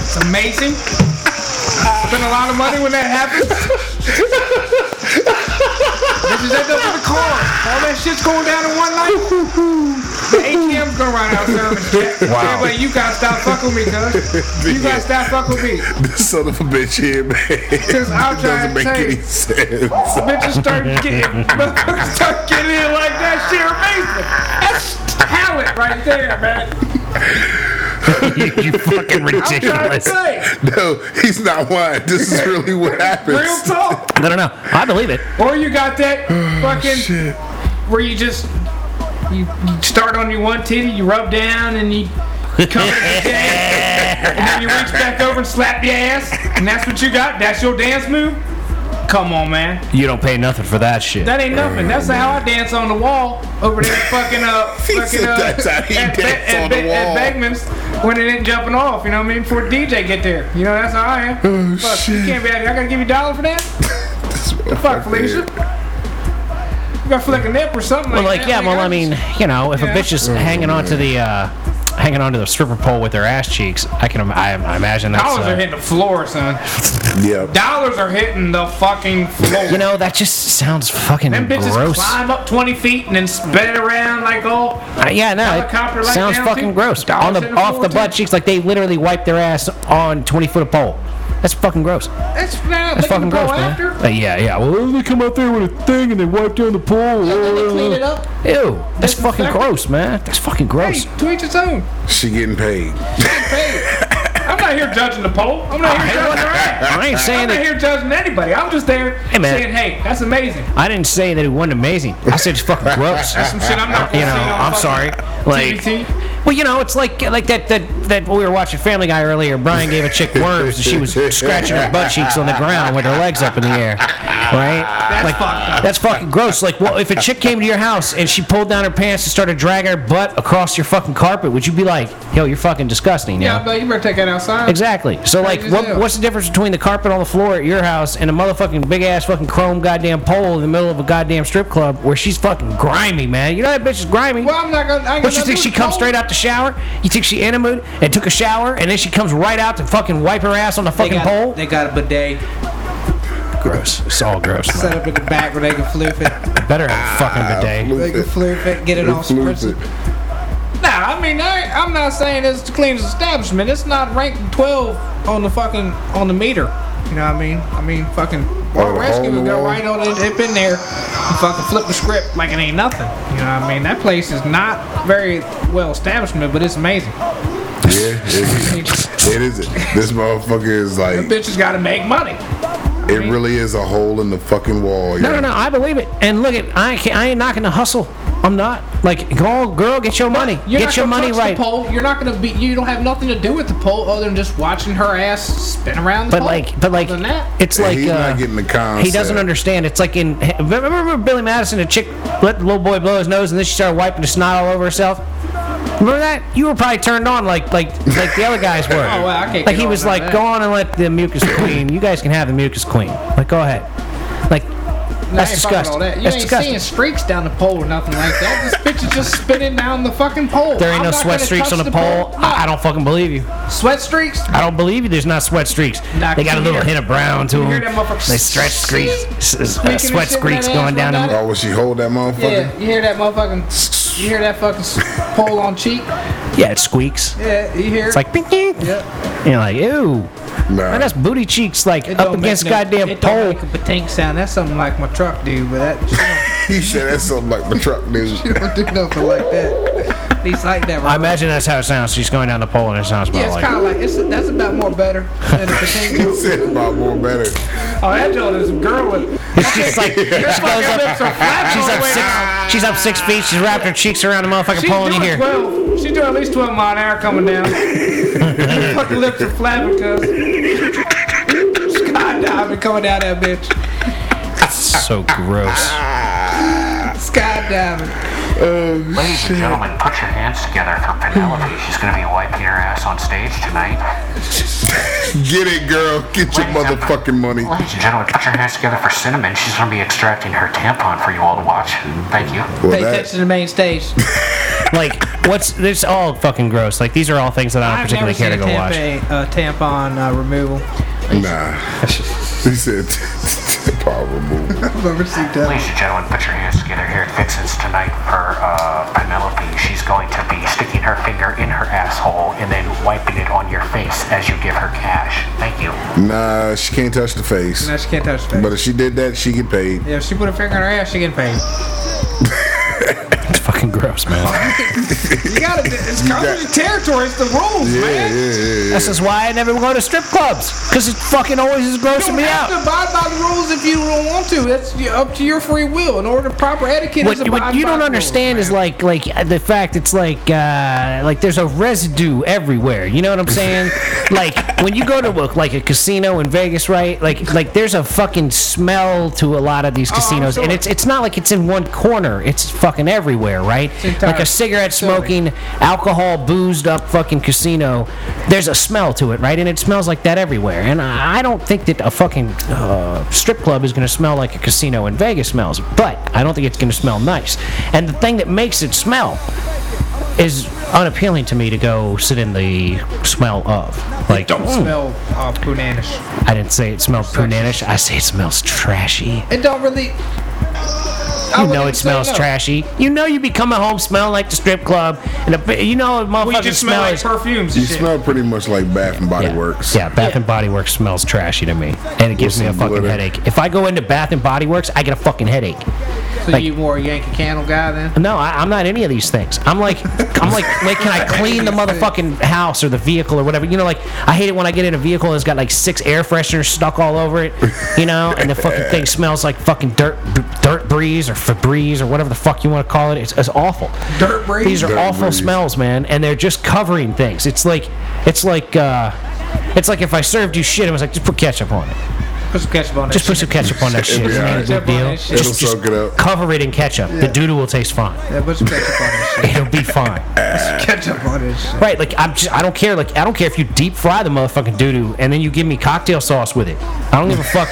It's amazing. Spend a lot of money when that happens. Bitches end up in the car. All that shit's going down in one night. The ATM's gonna run out service. Wow. But you gotta stop fucking with me, cuz. You gotta stop fucking with me.
This son of a bitch here, man.
Since I'm
doesn't
trying to Oh,
make
tell
any
you,
sense.
bitches start getting, motherfuckers start getting in like that shit amazing. That's talent right there, man.
you fucking
I'm trying to
ridiculous.
say,
No, he's not lying. This is really what happens.
real talk.
I don't know. I believe it.
Or you got that fucking
Oh, Shit.
where you just you, you start on your one titty, you rub down, and you come at the dance, and then you reach back over and slap your ass, and that's what you got. That's your dance move. Come on, man.
You don't pay nothing for that shit.
That ain't nothing. That's how I dance on the wall over there, fucking uh,
He
fucking
said
uh,
that's how he
at, Be-
dance
at,
on the
Be- at
wall.
Beckman's when it ain't jumping off. You know what I mean? Before DJ get there. You know that's how I am.
Oh,
Fuck,
shit.
you can't be out here. I gotta give you a dollar for that. Fuck, Felicia. You gotta flick a nip or something.
Well,
like,
like,
that.
yeah, well, I
I'm just-
mean, you know, if a
Yeah.
bitch is hanging onto the, uh, hanging onto the stripper pole with their ass cheeks, I can, im- I, I imagine that's,
Dollars are
uh,
hitting the floor, son.
Yep.
Dollars are hitting the fucking floor.
you know, that just sounds fucking
Them bitches
gross.
climb up 20 feet and then spin around like oh. all.
Uh, yeah, no,
Helicopter
it
like
sounds
down
fucking
to-
gross.
dollars
On
in
the
the
off the
floor,
butt
too.
cheeks, like they literally wipe their ass on 20 foot of pole. That's fucking gross.
That's, that's
That's fucking gross, man.
after.
Uh, yeah, yeah. Well, they come out there with a thing and they wipe down the pole.
They clean it up.
Ew, that's fucking
Disinfectant.
gross, man. That's fucking
Hey,
gross.
to each his own.
She getting paid.
Hey, I'm not here judging the poll. I'm not here judging her ass.
I ain't
I'm
saying
not
that.
here judging anybody. I'm just there
Hey, man.
saying, hey, that's amazing.
I didn't say that it wasn't amazing. I said it's fucking gross.
Some shit I'm not
you know,
gonna say on
I'm
fucking
sorry. Like,
TBT.
well, you know, it's like like that that that we were watching Family Guy earlier. Brian gave a chick worms, and she was scratching her butt cheeks on the ground with her legs up in the air, right? That's like,
fucked up.
That's fucking gross. Like, well, if a chick came to your house and she pulled down her pants and started dragging her butt across your fucking carpet, would you be like, yo, you're fucking disgusting? you
Yeah,
know?
but you better take that outside.
Exactly. So, like,
Crazy as
what,
hell.
what's the difference between the carpet on the floor at your house and a motherfucking big ass fucking chrome goddamn pole in the middle of a goddamn strip club where she's fucking grimy, man? You know that bitch is grimy.
Well, I'm not gonna. I ain't
What
gonna
you think?
do
She
it.
comes straight out the shower. You think she in a mood and took a shower, and then she comes right out to fucking wipe her ass on the
They
fucking
got-
pole?
They got a bidet
gross. It's all gross. Man. Ah,
set up in the back where they can floof it.
Better have a fucking bidet.
They can floof it, get it all
Floof
spritzy.
it.
Nah, I mean, I, I'm not saying it's the cleanest establishment. It's not ranked 12 on the fucking on the meter. You know what I mean? I mean, fucking Park
the
Rescue
hole in
would
the
go
wall?
right on it. They've been there and fucking flip the script like it ain't nothing. You know what I mean? That place is not very well established, but it's amazing.
Yeah, it, it is. This motherfucker is
The
like,
bitches got to make money.
it really is a hole in the fucking wall.
No,
yeah.
no, no. I believe it. And look at I can't, I ain't knocking the hustle. I'm not. Like, go, girl, get your money.
You're
get
not
your
gonna
money
touch
right.
The pole. You're not gonna be. You don't have nothing to do with the pole other than just watching her ass spin around. The
But
pole.
like, but like,
Oh, Other than that,
it's like
he's
uh,
not getting the concept.
he doesn't understand. It's like in remember remember Billy Madison, a chick let the little boy blow his nose, and then she started wiping the snot all over herself. Remember that? You were probably turned on like like like the other guys were.
Oh, well, I can't
like
get
he
on
was
none of
like,
that.
go on and let the mucus queen. You guys can have the mucus queen. Like, go ahead. Like,
Nah,
that's
I ain't fucking
disgusting.
all that. You
That's
ain't
disgusting.
seeing streaks down the pole or nothing like that. This bitch is just spinning down the fucking pole.
There ain't
I'm
no
not
sweat
gonna
streaks
touch
on the pole.
No.
I, I don't fucking believe you.
sweat streaks.
I don't believe you. There's not sweat streaks.
Nah,
they got a
you
little
hear-
hit of brown to
you hear
them.
that motherfucker
They stretch screaks, s- s-
squeaking
uh,
and
squat
shit when
screaks
that
going down.
ass went
Them.
down
Oh, will she hold that motherfucker?
Yeah, you hear that motherfucking. You hear that fucking s- pole on cheek?
Yeah, it squeaks.
Yeah, you hear.
It's like, bing, bing.
Yeah.
And you're like, ew.
Nah.
Man, that's booty cheeks like
It
up
don't
against
make no-
goddamn
it
pole.
Don't make a patink sound. That's something like my truck, dude. But that she don't-
He said that's something like my truck, dude.
she don't do nothing like that. At least like that.
I
right?
imagine that's how it sounds. She's going down the pole and it sounds about
Yeah, it's
like.
kind of like it's that's about more better than a
He
patink.
said about more better.
oh, that joint is a girl with.
It's just like she goes
fucking lips are
up.
flapping
She's
all the
up
way
six. She's up six feet. She's wrapped her cheeks around the motherfucking
She's
pole,
doing
and you hear.
12. She's doing at least 12 mile an hour coming down. Her fucking lips are flapping because skydiving coming down that bitch.
So gross.
Skydiving.
Ladies and gentlemen, put your hands together for Penelope. She's going to be wiping your ass on stage tonight.
Get it, girl. Get your motherfucking money.
Ladies and gentlemen, put your hands together for Cinnamon. She's going to be extracting her tampon for you all to watch. Thank you.
Well,
Pay
that,
attention to the main stage.
Like, what's this? All fucking gross. Like, these are all things that I don't
I've never
particularly care
seen
to
a
go watch.
tampon, uh, tampon uh, removal.
nah. He said, power move.
I've never seen that.
Ladies and gentlemen, put your hands together here at Vincent's tonight for uh, Penelope. She's going to be sticking her finger in her asshole and then wiping it on your face as you give her cash. Thank you.
Nah, she can't touch the face.
No, she can't touch that.
But if she did that, she get paid.
yeah, if she put a finger in her ass, she getting paid.
It's fucking gross, man.
You gotta, it's
got-
covered in territory. It's the rules,
Yeah, yeah,
man.
yeah. yeah.
this is why I never go to strip clubs because it fucking always is grossing
don't
me
have
out.
to abide by the rules if you don't want to. That's y- up to your free will. In order, proper etiquette is
what,
abide
what you
by
don't
the
understand
rules,
is like like uh, the fact it's like uh, like there's a residue everywhere. You know what I'm saying? like when you go to a, like a casino in Vegas, right? Like like there's a fucking smell to a lot of these
Oh, I'm
casinos, and
sure.
it's it's not like it's in one corner. It's fucking everywhere, right?
entire
Like a cigarette smoking, alcohol boozed up fucking casino. There's a smell to it, right? And it smells like that everywhere. And I I don't think that a fucking uh, strip club is gonna smell like a casino in Vegas smells, but I don't think it's gonna smell nice. And the thing that makes it smell is unappealing to me to go sit in the smell of. Like,
Don't
mm,
smell uh, punanish.
I didn't say it smells punanish. I say it smells trashy.
It don't really.
You know it smells trashy. You know you become a home smelling like the strip club, and a, you know it motherfucking
We just smell like
smells.
perfumes
You
and shit.
smell pretty much like Bath and Body
yeah.
Works.
Yeah, Bath and Body Works smells trashy to me, and it gives me a
some
fucking
glitter.
headache. If I go into Bath and Body Works, I get a fucking headache.
So
like-
you more a Yankee Candle guy then?
No, I, I'm not any of these things. I'm like, I'm like, like, can I clean the motherfucking house or the vehicle or whatever? You know, like, I hate it when I get in a vehicle and it's got like six air fresheners stuck all over it, you know, and the fucking thing smells like fucking dirt, dirt breeze or Febreze or whatever the fuck you want to call it. It's, it's awful.
Dirt breeze.
These are
Dirt
awful
breeze.
smells, man, and they're just covering things. It's like, it's like, uh, it's like if I served you shit, it was like just put ketchup on it.
Put some ketchup on
Just
that.
put some ketchup on that shit.
be
It
all right.
ain't a big deal.
It'll
Just, just
soak it up.
cover it in ketchup. The doodle will taste fine.
Yeah, put some ketchup on that shit.
It'll be fine.
Ketchup on that shit.
Right, like I'm just, I don't care. Like I don't care if you deep fry the motherfucking doo doo and then you give me cocktail sauce with it. I don't give a fuck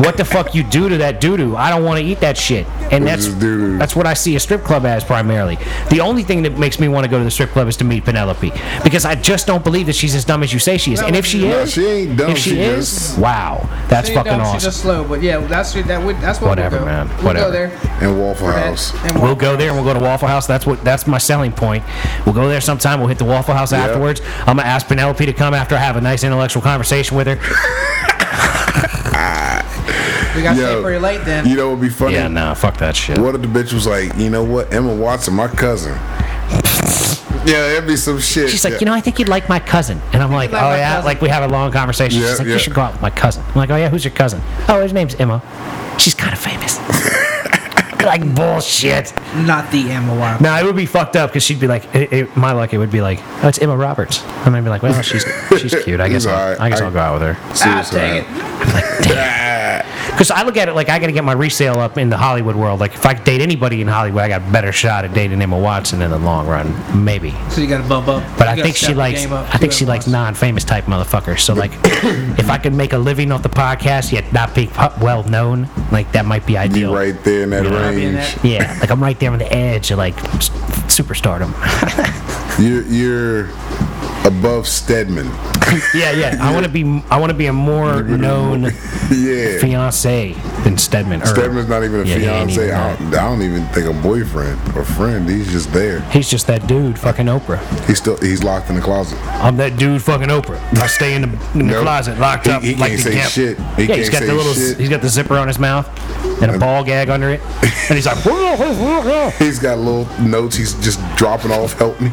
what the fuck you do to that doo doo. I don't want to eat that shit. and
It
that's
was doo-doo.
that's what I see a strip club as primarily. The only thing that makes me want to go to the strip club is to meet Penelope because I just don't believe that she's as dumb as you say she is. And if she
No,
is,
she ain't dumb,
If she,
she
is,
just-
wow, that's
She
fucking
dumb,
awesome.
She's just slow, but yeah, that's that. Would, that's what
Whatever,
we'll go.
man.
We'll
Whatever.
go there.
and Waffle
for that,
House.
and
We'll go there and we'll go to Waffle House. That's what that's my selling point. We'll go there sometime. We'll hit the Waffle House afterwards. I'm gonna ask Penelope to come after I have a nice intellectual conversation with her.
We got to
Yo,
stay pretty late then.
You know what would be funny?
yeah, nah, fuck that shit.
What if the bitch was like, you know what, Emma Watson, my cousin. yeah, that'd be some shit.
She's like, you know, I think you'd like my cousin. And I'm like,
like
oh
my
yeah,
cousin.
like we have a long conversation.
Yeah,
She's like,
yeah.
you should go out with my cousin. I'm like, oh yeah, who's your cousin? Oh, his name's Emma. She's kind of famous. like bullshit.
Not the Emma Watson.
Now it would be fucked up because she'd be like, it, it, my luck, it would be like, oh, it's Emma Roberts. And I'd be like, well, she's she's cute. I guess
He's
I'll,
alright.
I guess
I-
I'll go out with her.
Ah, dang it.
Ah,
Because I look at it like I got to get my resale up in the Hollywood world. Like if I date anybody in Hollywood, I got a better shot at dating Emma Watson in the long run, maybe.
So you got to bump up.
But I
You gotta
think she
step the
likes
game up.
I think
You
she
gotta
likes
bust.
non-famous type motherfuckers. So like, if I could make a living off the podcast yet not be pu- well known, like that might be
Be
ideal.
right there in that
Yeah.
Be in
range.
that-
Yeah, like I'm right there on the edge of like s- superstardom.
You're, you're above Stedman.
yeah, yeah. I want to be I want to be a more known
yeah.
fiance than Stedman. or-
Stedman's not e- even a
Yeah, he ain't
fiance.
even
I,
that.
don't, I don't even think a boyfriend or friend. He's just there.
He's just that dude, fucking Oprah.
He's still he's locked in the closet.
I'm that dude fucking Oprah. I stay in the, in the
Nope.
closet, locked
He-
up
he
like
can't
the
say
gimp.
shit. He
yeah, he's
can't
got
say
the little,
shit. Um,
he's got the zipper on his mouth and a ball gag under it, and he's like, whoa, whoa, whoa, whoa.
He's got little notes. He's just dropping off. Help me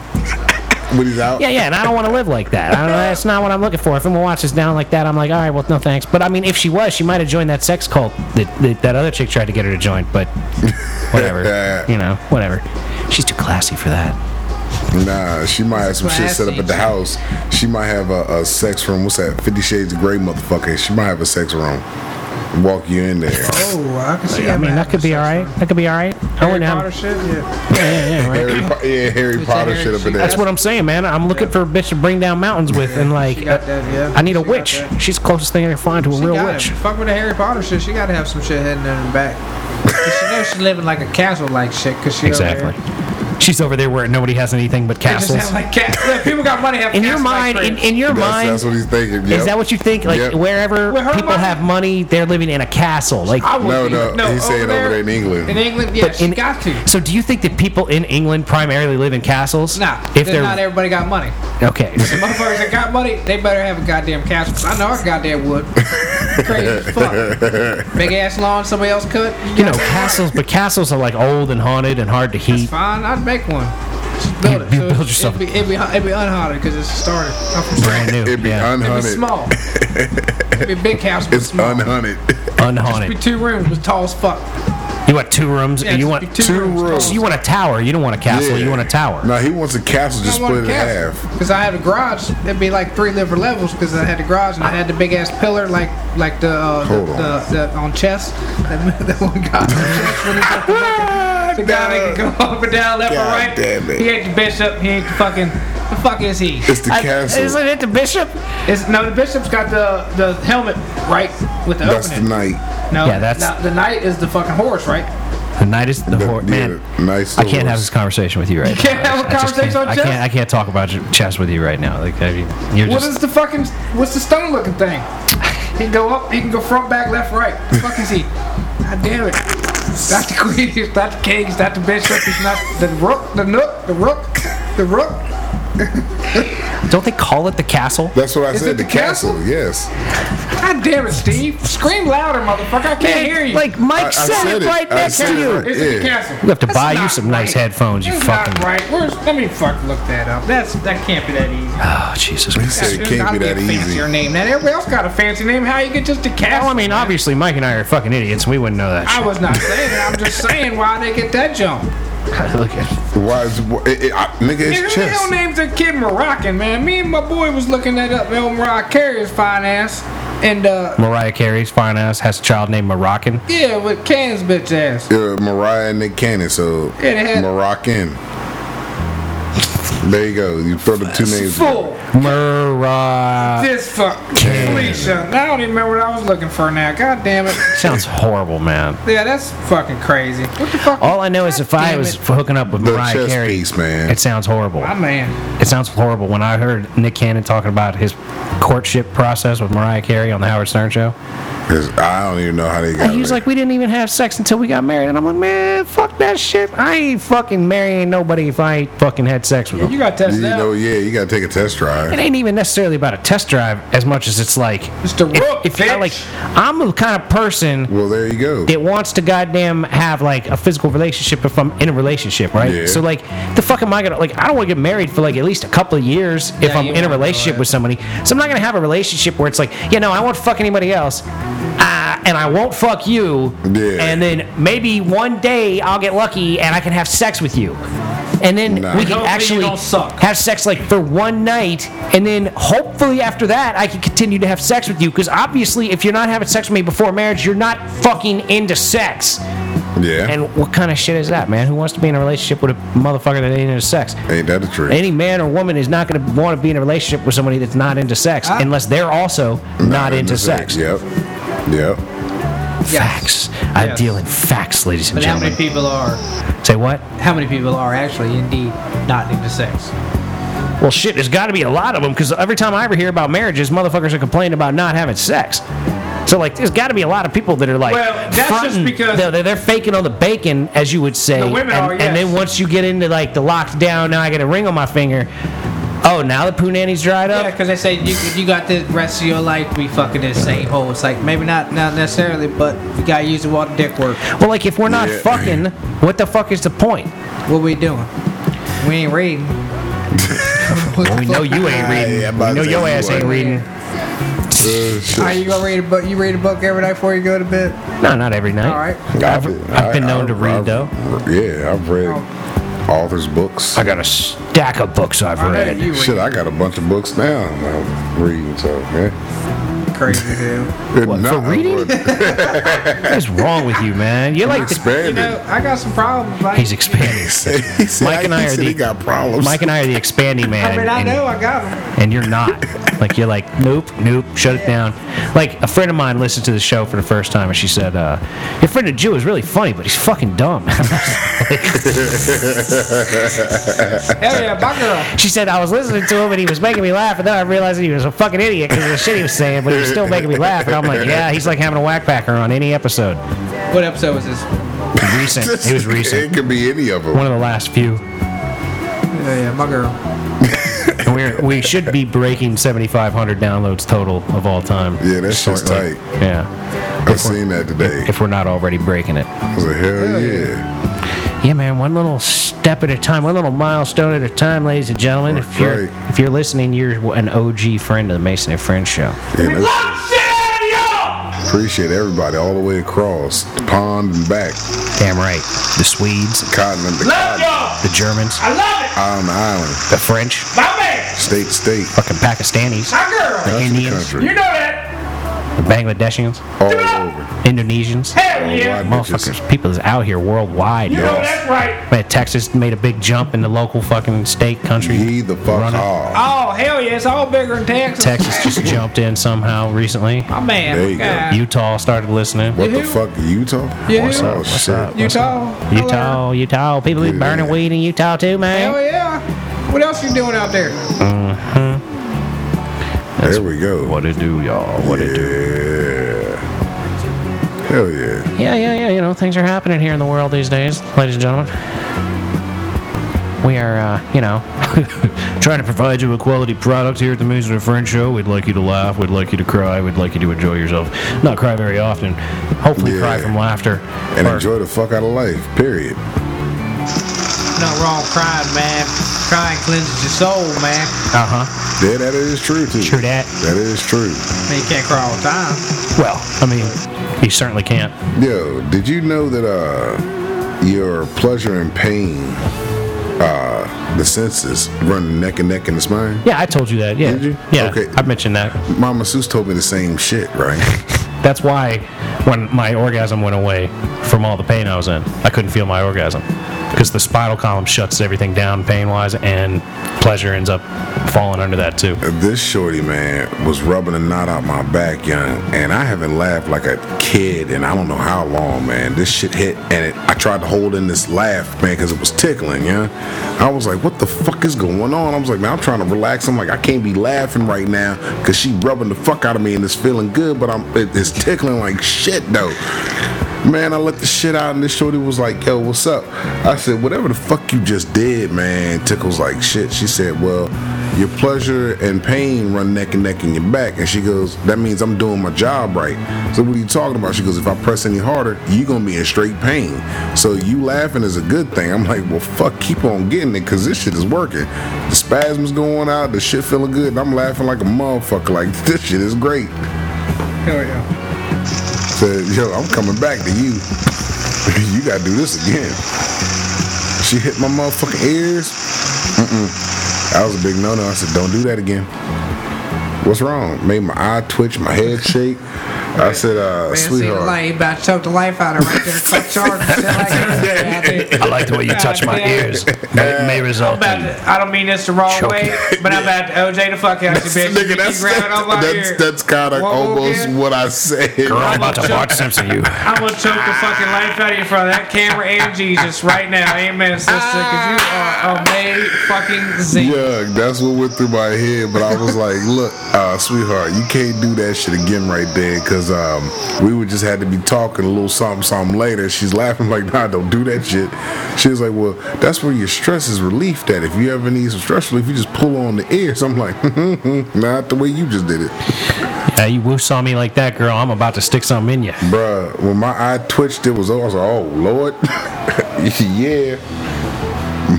when he's out.
yeah, yeah. And I don't want to live like that. I don't, that's not what I'm looking for. If Emma Watts is down like that, I'm like, all right, well, no thanks. But I mean, if she was, she might have joined that sex cult that that, that other chick tried to get her to join. But whatever, you know, whatever. She's too classy for that.
Nah, she might have some shit set up at the house. She might have a, a sex room. What's that? Fifty Shades of Grey, motherfucker. She might have a sex room. Walk you in there.
Oh, I can see
I mean, that could be all right. That could be all right. I
Harry
wouldn't have-
Potter shit. Yeah.
yeah, yeah, yeah, right.
Harry Po- yeah, Harry
It's
Potter
in there.
shit up in there.
That's what I'm saying, man. I'm looking for a bitch to bring down mountains with, and like,
She got that, yeah.
I need a
She got
witch.
that.
She's the closest thing I can find to a
She
real
got
witch.
it. Fuck with the Harry Potter shit. She got to have some shit hidden in her back. 'Cause she knows she's living like a castle like shit. Cause she
Exactly.
Over
She's over there where nobody has anything but
there. Just
castles.
have like castles. Look, people got money. Have
in your
castles like
mind, in,
cribs.
in your
That's,
mind,
that's what he's thinking.
is
yep.
that what you think? Like
Yep.
wherever
With her
people
mind-
have money, they're living in a castle. Like
I would
No,
be-
no, he's saying over there in England.
In England, yeah, she
in-
got to.
So do you think that people in England primarily live in castles?
Nah,
If
if
they're
not everybody got money.
okay.
Motherfuckers that got money, they better have a goddamn castle. 'cause I know I goddamn wood. Crazy as fuck. Big ass lawn somebody else cut.
You know, castles, but castles are like old and haunted and hard to heat.
Fine, I'd make one. Just build it.
You- you build
it'd-
yourself-
It'd be, it'd be, it'd be unhaunted because it's started. I'm from
Brand new,
It'd be
yeah,
It'd be
unhunted.
small. It'd be a big house. But
It's
small.
unhunted.
unhaunted.
It'd be two rooms, but tall as fuck.
You want two rooms?
Yeah,
you
it'd
want
be two,
two rooms.
rooms.
So you want a tower. You don't want a castle. You want a tower.
No, he wants a castle. Just split it in half.
Because I had a garage, it'd be like three liver levels. Because I had the garage and I had the big ass pillar, like like the uh,
Hold
the,
on.
the, the on chest. That, that one guy. on chess when he got the fucking- the guy that can go up and down, left
God
and right.
damn it.
He ain't the bishop. He ain't the fucking. The fuck is he?
It's the
I-
castle.
Isn't it the bishop?
It's, no, the bishop's got the the helmet right with the
that's the
opening.
night.
no,
Yeah, that's-
no, the knight is the fucking horse, right?
The night is the,
The-
horse.
yeah,
Man,
nice
I can't have
horse.
this conversation with you right now.
can't have a
I just
conversation
can't-
on
I can't.
chess?
I can't talk about your chess with you right now. Like I mean, you're
What
just.
is the fucking? What's the stone looking thing? He can go up. He can go front, back, left, right. The fuck is he? God damn it! He's Not the queen. He's not the king. He's not the bishop. He's not the rook. The nook. The rook. The rook.
don't they call it the castle?
That's what I
Is
said.
it
The,
the
castle?
castle?
Yes.
God damn it, Steve! Scream louder, motherfucker! I can't hear you.
Like Mike
I- I
said,
said
it
it.
right
I
next
said
to
it
you.
right.
It's
Yeah.
the castle.
We'll have to
That's
buy you
not
some nice
right.
headphones, you
That's
fucking-
Not right. Where's, let me fuck look that up. That's that can't be that easy.
Oh Jesus
He
Christ!
said it can't be that easy.
Your name. Now everybody else got a fancy name. How you get just a castle?
Well, I mean,
man?
obviously Mike and I are fucking idiots. and We wouldn't know that.
I was not saying that. I'm just saying why they get that jump.
Shit. Look at
Why is wh- it, it, I, nigga? It's
Nigga, the hell
chess.
names that kid Moroccan, man. Me and my boy was looking that up. El Mariah Carey's fine ass. And, uh,
Mariah Carey's fine ass has a child named Moroccan.
yeah, with Can's bitch ass.
Uh, Mariah and Nick Cannon. So
Yeah, they had-
Moroccan. There you go. You throw the two names.
Fool.
Mariah.
This fuck. Felicia. I don't even remember what I was looking for now. God damn it.
Sounds horrible, man.
Yeah, that's fucking crazy. What the fuck?
All I know is if I
damn
was
it.
hooking up with
The
Mariah
chess
Carey,
piece, man.
it sounds horrible.
My man.
It sounds horrible when I heard Nick Cannon talking about his courtship process with Mariah Carey on the Howard Stern show.
'Cause I don't even know how they got.
He was
there.
like, "We didn't even have sex until we got married," and I'm like, "Man, fuck that shit. I ain't fucking marrying nobody if I ain't fucking had sex with them."
You got
you
tested
know,
out.
yeah, you gotta take a test
It
drive.
ain't even necessarily about a test drive as much as it's like,
It's the rook,
if, if I,
bitch.
like, I'm the kind of person
Well, there you go.
that wants to goddamn have like a physical relationship if I'm in a relationship, right?
Yeah.
So like, the fuck am I gonna like? I don't want to get married for like at least a couple of years if
Yeah,
I'm
you
in a
wanna know
relationship
that.
with somebody. So I'm not gonna have a relationship where it's like, you know, I won't fuck anybody else, uh, and I won't fuck you,
Yeah.
and then maybe one day I'll get lucky and I can have sex with you. And then
Nah.
we can
Hopefully you
actually
don't suck.
have sex like for one night, and then hopefully after that I can continue to have sex with you. Because obviously, if you're not having sex with me before marriage, you're not fucking into sex.
Yeah,
And what kind of shit is that, man? Who wants to be in a relationship with a motherfucker that ain't into sex?
ain't that the truth?
Any man or woman is not going to want to be in a relationship with somebody that's not into sex, unless they're also not, into sex.
Yep. Yep.
Facts. I
Yes.
deal in facts, ladies and
But how many
gentlemen.
people are?
Say what?
How many people are actually indeed not into sex?
Well, shit, there's got to be a lot of them because every time I ever hear about marriages, motherfuckers are complaining about not having sex. So, like, there's got to be a lot of people that are like,
Well, that's just
fronting.
because-
they're, they're- they're faking on the bacon, as you would say.
The women
and,
are,
and then
yes.
once you get into like the lockdown, now I got a ring on my finger. Oh, now the poo nanny's dried
Yeah,
up.
because they say you, you got the rest of your life to be fucking in the same hole. It's like maybe not not necessarily, but you gotta use the water dick work.
Well, like, if we're not
Yeah.
fucking, what the fuck is the point?
What we doing? We ain't reading.
Well, we know you ain't reading.
Yeah, I'm
we
about to
know
say
your
you
ass ain't
ain't.
reading.
Uh, shit.
Are you gonna read a book? You read a book every night before you go to bed.
No, not every night.
All right.
I've, I've been
I-
known to
I've-
read,
I've-
though.
Yeah, I've read
Oh.
authors' books.
I got a stack of books I've
I know
read.
you
Shit,
read
I got a bunch of books now. I'm uh, reading, so yeah.
crazy dude.
What, for
Nah,
reading?
but-
What is wrong with you, man? You're like the,
You
Expanded.
know, I got some problems. Like,
he's expanding.
He said-
Mike and
he
I are
said
the-
he got problems.
Mike and I are the expanding man.
I mean, I
and,
know I got them.
and you're not. Like you're like, nope, nope, shut it down. Like a friend of mine listened to the show for the first time, and she said, uh, "Your friend the Jew is really funny, but he's fucking dumb."
Hell yeah, my girl.
she said, "I was listening to him, and he was making me laugh, and then I realized that he was a fucking idiot because of the shit he was saying, but he was still making me laugh." And I'm like, "Yeah, he's like having a whack packer on any episode.
What episode was this? Yeah,
Recent. It was recent.
It could be any of them.
One of the last few."
yeah, my girl.
And We're, we should be breaking 7,500 downloads total of all time.
Yeah, that shit's
shortly.
tight.
Yeah,
I seen that today.
if we're not already breaking it.
I was like, hell yeah.
Yeah, man, one little step at a time, one little milestone at a time, ladies and gentlemen. If
That's
you're
right.
if you're listening, you're an OG friend of the Mason and Friends show.
And that's-
Shit out
Appreciate everybody all the way across the pond and back,
Damn right, the Swedes,
continent to
of y'all. Love
continent,
y'all.
the Germans,
I love it.
island to island,
the French,
My man.
state to state,
fucking Pakistanis,
My girl.
country to
Indians.
You know
country,
that.
the Bangladeshians,
all over.
Indonesians,
Hell yeah.
Worldwide bitches.
motherfuckers, people is out here worldwide.
You
yo.
know that's right.
Man, Texas made a big jump in the local fucking state country.
Ye the fuck
running.
off.
Oh, hell yeah. It's all bigger in Texas.
Texas just jumped in somehow recently.
My man.
There you go.
God.
Utah started listening.
What the
You-
fuck, Utah?
You- What's
up,
Oh,
what's
shit.
up?
Utah. Hello.
Utah, Utah. People be burning
Yeah.
weed in Utah too, man.
Hell yeah. What else you doing out there?
There we go.
What it do, y'all? What it do?
Yeah. Hell yeah.
Yeah, yeah, yeah. You know, things are happening here in the world these days, ladies and gentlemen. We are, uh, you know, trying to provide you a quality product here at the Mason and Friends Show. We'd like you to laugh. We'd like you to cry. We'd like you to enjoy yourself. Not cry very often. Hopefully, cry
Yeah.
from laughter.
And
Or-
enjoy the fuck out of life, period.
No wrong crying, man. Crying cleanses your soul, man.
Uh-huh.
Yeah, that is true, too.
True that.
That is true.
I mean, you can't cry all the time.
Well, I mean, you certainly can't.
Yo, did you know that uh, your pleasure and pain, uh, the senses, run neck and neck in the spine?
Yeah, I told you that. Yeah.
Did you?
Yeah.
Okay.
I mentioned that.
Mama Seuss told me the same shit, right?
That's why when my orgasm went away from all the pain I was in, I couldn't feel my orgasm. Because because the spinal column shuts everything down pain wise, and pleasure ends up falling under that too.
This shorty man was rubbing a knot out my back, young, and I haven't laughed like a kid and I don't know how long, man. This shit hit, and it, I tried to hold in this laugh, man, because it was tickling, yeah. I was like, what the fuck is going on? I was like, man, I'm trying to relax. I'm like, I can't be laughing right now because she rubbing the fuck out of me and it's feeling good, but I'm it, it's tickling like shit though. Man, I let the shit out, and this shorty was like, "Yo, what's up?" I said, "Whatever the fuck you just did, man." Tickles like shit. She said, "Well, your pleasure and pain run neck and neck in your back." And she goes, "That means I'm doing my job right." So what are you talking about? She goes, "If I press any harder, you gonna be in straight pain. So you laughing is a good thing." I'm like, "Well, fuck, keep on getting it, cause this shit is working. The spasms going out, the shit feeling good. And I'm laughing like a motherfucker. Like this shit is great."
Hell yeah.
said, "Yo, I'm coming back to you. you gotta do this again." She hit my motherfucking ears. Mm-mm. That was a big no-no. I said, "Don't do that again." What's wrong? Made my eye twitch, my head shake. I said, uh,
Man, see the
"Sweetheart."
light, you about to choke the life out of her right there. It's like charging shit like that. Yeah, I think-
I like the way you touch my ears. May, may
I'm
result
about
in
to, I don't mean this the wrong
Choke
way, but I'm about to OJ the fuck out of you, bitch.
Nigga, that's
you keep grabbing on my
that's,
ear.
that's kind of
One more
almost
again?
what I said.
girl. I'm about
I'm
to
a-
Bart Simpson you.
I'm gonna choke the fucking life out of you in front of that camera and Jesus right now. Amen, sister, because you
Ah.
are a made fucking Z.
Yeah, that's what went through my head. But I was like, look, uh, sweetheart, you can't do that shit again right there because um, we would just had to be talking a little something, something later. She's laughing like, nah, don't do that shit. She was like, well, that's where your stress is relief that if you ever need some stress relief, you just pull on the ears. I'm like, not the way you just did it.
Now you woo saw me like that, girl. I'm about to stick something in you.
Bruh, when my eye twitched, it was over. I was like, oh, Lord. yeah.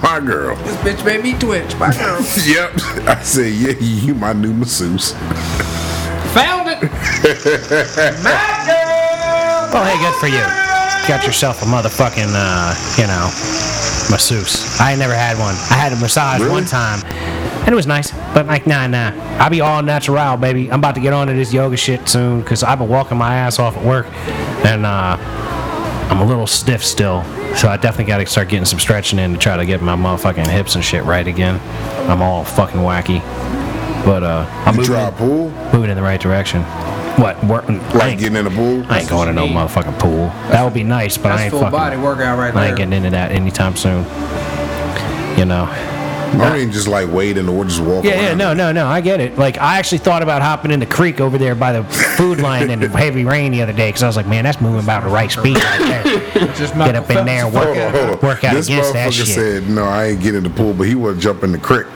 My girl.
This bitch made me twitch. My girl.
Yep. I said, yeah, you my new masseuse.
Found it! My girl!
Well, Oh, hey, good for you. Got yourself a motherfucking, uh, you know, masseuse. I ain't never had one. I had a massage
Really?
one time, and it was nice. But like, nah, nah. I be all natural, baby. I'm about to get onto this yoga shit soon, cause I've been walking my ass off at work, and uh, I'm a little stiff still. So I definitely got to start getting some stretching in to try to get my motherfucking hips and shit right again. I'm all fucking wacky, but uh, I'm
You
moving,
try a pool?
moving in the right direction. What? Work, I
Like
ain't-
getting in a pool?
I ain't going to no motherfucking pool. That would be nice, but I
That's
ain't
full
fucking.
body workout right
I ain't
there.
getting into that anytime soon. You know.
I mean, just like wade in the water, just walk
Yeah,
around.
yeah, no, no, no. I get it. Like, I actually thought about hopping in the creek over there by the food line in the heavy rain the other day because I was like, man, that's moving about the right speed right there.
Just
Get up in there and work,
Hold on, hold on.
work out
this
against
motherfucker
that shit.
said, no, I ain't getting in the pool, but he was jumping the creek.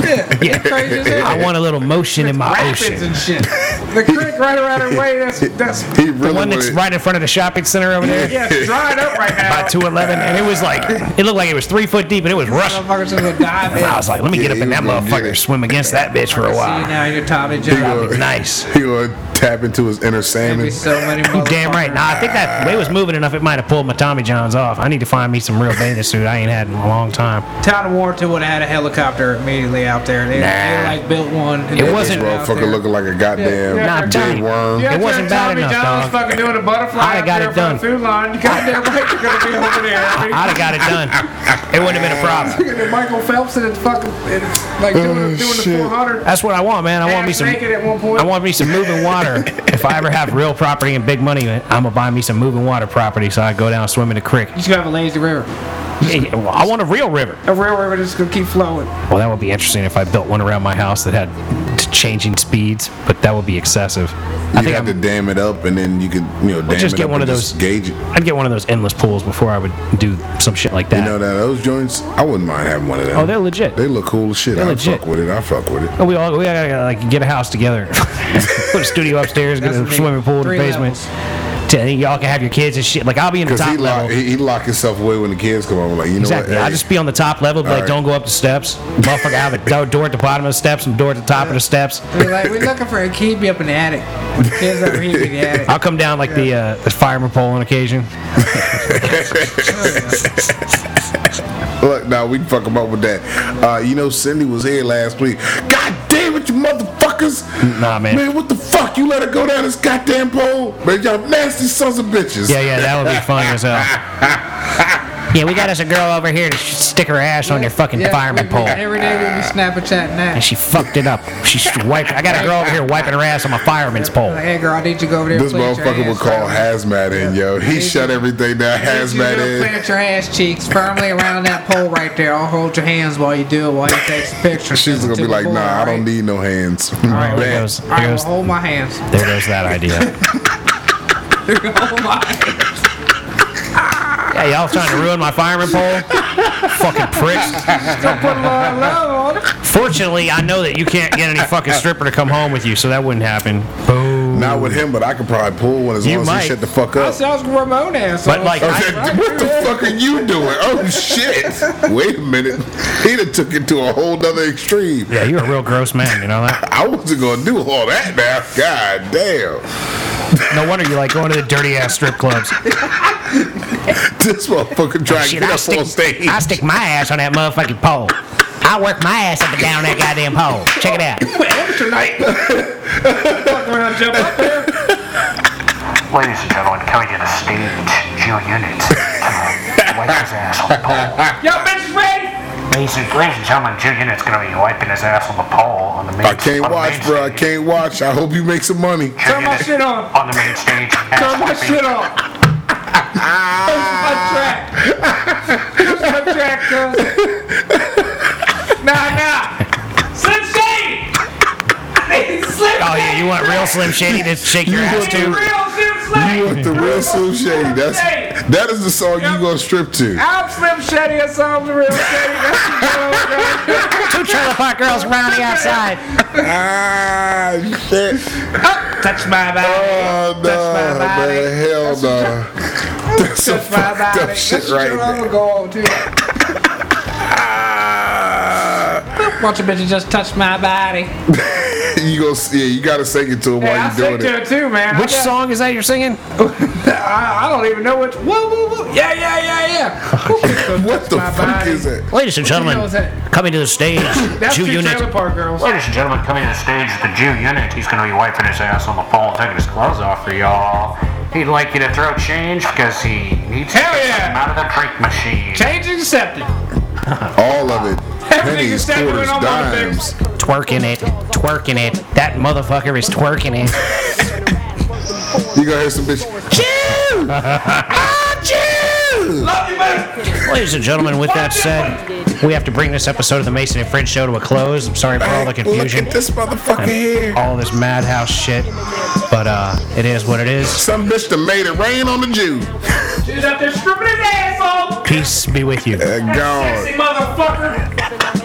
Crazy as hell.
I want a little motion in my
Rapids
ocean.
and shit. The creek right around her way, that's, that's
he really
The one that's
wanted-
right in front of the shopping center over there
yeah, it's dried up right now.
by 211. And it was like, it looked like it was three foot deep and it was rushing.
Motherfuckers just gonna dive in.
I was like, let me
Yeah,
get up
he
in
was
that
gonna get
motherfucker,
it.
swim against that bitch for a
See you
while.
now, you're Tommy
gonna-
John.
That'd be nice.
He gonna tap into his inner
There'd
salmon.
be so many
You damn right. Nah, I think that way was moving enough. It might have pulled my Tommy Johns off. I need to find me some real bathing suit. I ain't had in a long time.
Town of Warrenton would have had a helicopter immediately out there. They,
Nah.
they like built one. and
It
they
wasn't-
put it out there.
Motherfucker looking like a goddamn
Yeah,
Nah, I'm telling
dead
you.
worm.
Yeah,
It wasn't
Tommy
bad enough,
John was
dog.
fucking doing a butterfly
I'da
out
got
there
it
from
done.
the food line. You goddamn right, you're gonna be over there. I mean,
I'd have got it done. It wouldn't have been a problem.
Look at Michael Phelps and it's fucking it's like doing,
Oh,
doing the
shit.
400.
That's what I want, man. I want me
Ass
some.
naked at one point.
I want me some moving water. If I ever have real property and big money, I'm gonna buy me some moving water property so I go down swimming the creek.
He's gonna have a lazy river.
Yeah, yeah, well, I want a real river.
A real river that's gonna keep flowing.
Well, that would be interesting if I built one around my house that had t- changing speeds, but that would be excessive. I
You
think
have to
I'm,
dam it up, and then you could, you know, dam
just
it
get
up
one
and
of
just
those-
gauge it.
I'd get one of those endless pools before I would do some shit like that.
You know that those joints, I wouldn't mind having one of them.
oh, they're legit.
They look cool as shit.
They're
I
legit.
fuck with it. I fuck with it.
Oh, we all we gotta, gotta, like get a house together, put a studio upstairs, get
That's
a
me.
swimming pool in the
Three
basement.
levels.
Tell you y'all can have your kids and shit. Like I'll be in the
Cause he
top
lock,
level.
he, he lock himself away when the kids come over. Like you know
Exactly.
what?
I'll
Hey,
just be on the top level, but like
Alright.
don't go up the steps. Motherfucker, I have a do- door at the bottom of the steps and door at the top of the steps.
We're like, we're looking for a key. Be up in the attic. Kids over here be in the attic.
I'll come down like the uh, the fireman pole on occasion.
Look, now we can fuck him up with that. Uh, you know, Cindy was here last week. God damn it, you motherfuckers!
Nah, man.
Man, what the fuck? You let her go down this goddamn pole? Man, y'all nasty sons of bitches.
Yeah, yeah, that would be funny as hell. Yeah, we got us a girl over here to sh- stick her ass on your fucking
Yeah,
fireman
we- we-
pole.
Every day we
Ah.
be snapping chatting
And
that.
she fucked it up. She's wiping. I got a girl over here wiping her ass on my fireman's pole.
Like, hey girl, I need you to go over there.
This
plant your
motherfucker
ass
would call
right-
hazmat in, yo. He shut everything down.
Need you to
Hazmat in.
Plant your ass cheeks firmly around that pole right there. I'll hold your hands while you do it while you take some pictures.
She's gonna be like, nah, I don't need no hands.
There
Bet.
goes,
All right,
there
well,
goes,
hold my hands.
there goes that idea.
hold my hands.
Yeah, y'all trying to ruin my fireman pole? Fucking pricks.
Put a lot of love on it.
Fortunately, I know that you can't get any fucking stripper to come home with you, so that wouldn't happen. Boom.
Not with him, but I could probably pull one as
You
long as
might.
he shut the fuck
I
up.
said I was Ramon ass.
But, like,
I said, what the fuck are you doing? Oh shit! Wait a minute. He done took it to a whole nother extreme.
Yeah, you're a real gross man, you know that?
I wasn't gonna do all that now. God damn.
No wonder you like going to the dirty ass strip clubs.
This motherfucker trying to
Shit,
get
I
up on
stick,
stage.
I stick my ass on that motherfucking pole. I work my ass up and down that goddamn pole. Check it out.
Ladies and gentlemen, coming to the stage, Jill Unit. tonight. Wipe his ass on the pole.
Yo, bitch, ready?
Ladies and, ladies and gentlemen, Jill Unit's gonna be wiping his ass on the pole on the main.
I can't
Oh,
on the main
watch, bro. I
stage.
can't watch. I hope you make some money.
Turn my shit on.
On the main stage.
Turn my shit on. Here's my track. Here's my track, cuz. Nah, nah. Slim Shady. I need Slim
Oh yeah, you want real slim shady to shake your ass
Shady.
to?
Real Slim
You
Shady.
want the real Slim Shady? That's that is the song you gonna strip to.
I'm Slim Shady. That's all I'm the real Shady. That's the real girl.
Two trailer park girls around the outside.
Ah shit!
Touch my body.
Oh no,
That's my body.
man, hell no. That's some
Touch my
fucked up
body.
shit
That's
right
true,
I'm
there.
gonna go on too.
Ah,
Bunch of bitches just touched my body.
you go. Yeah, you gotta sing it to him
Yeah,
while
I
you're
sing
doing
to
it.
it too, man.
Which
I, got-
song is that you're singing?
I, I don't even know which. Whoa, whoa, whoa. Yeah, yeah, yeah, yeah.
What the
my
fuck
body.
is it?
Ladies and gentlemen,
know is that-
coming to the stage,
That's
two
two
units.
trailer park girls.
Ladies and gentlemen, coming to the stage is the Jew Unit. He's going to be wiping his ass on the pole and taking his clothes off for y'all. He'd like you to throw change because he needs
Hell
to get
yeah.
something out of the drink machine.
Change accepted.
All of it.
Everything
Pennies,
is separate
quarters,
on my
dimes.
Twerking it, twerking it. That motherfucker is twerking it.
You gonna hear some bitch?
Ladies and gentlemen, with that said, we have to bring this episode of the Mason and Fred Show to a close. I'm sorry for all the
Look
confusion,
at this motherfucker here.
all this madhouse shit, but uh, it is what it is.
Some bitch that made it rain on the Jew.
She's out there stripping his asshole.
Peace be with you.
Uh, gone.
Sexy motherfucker.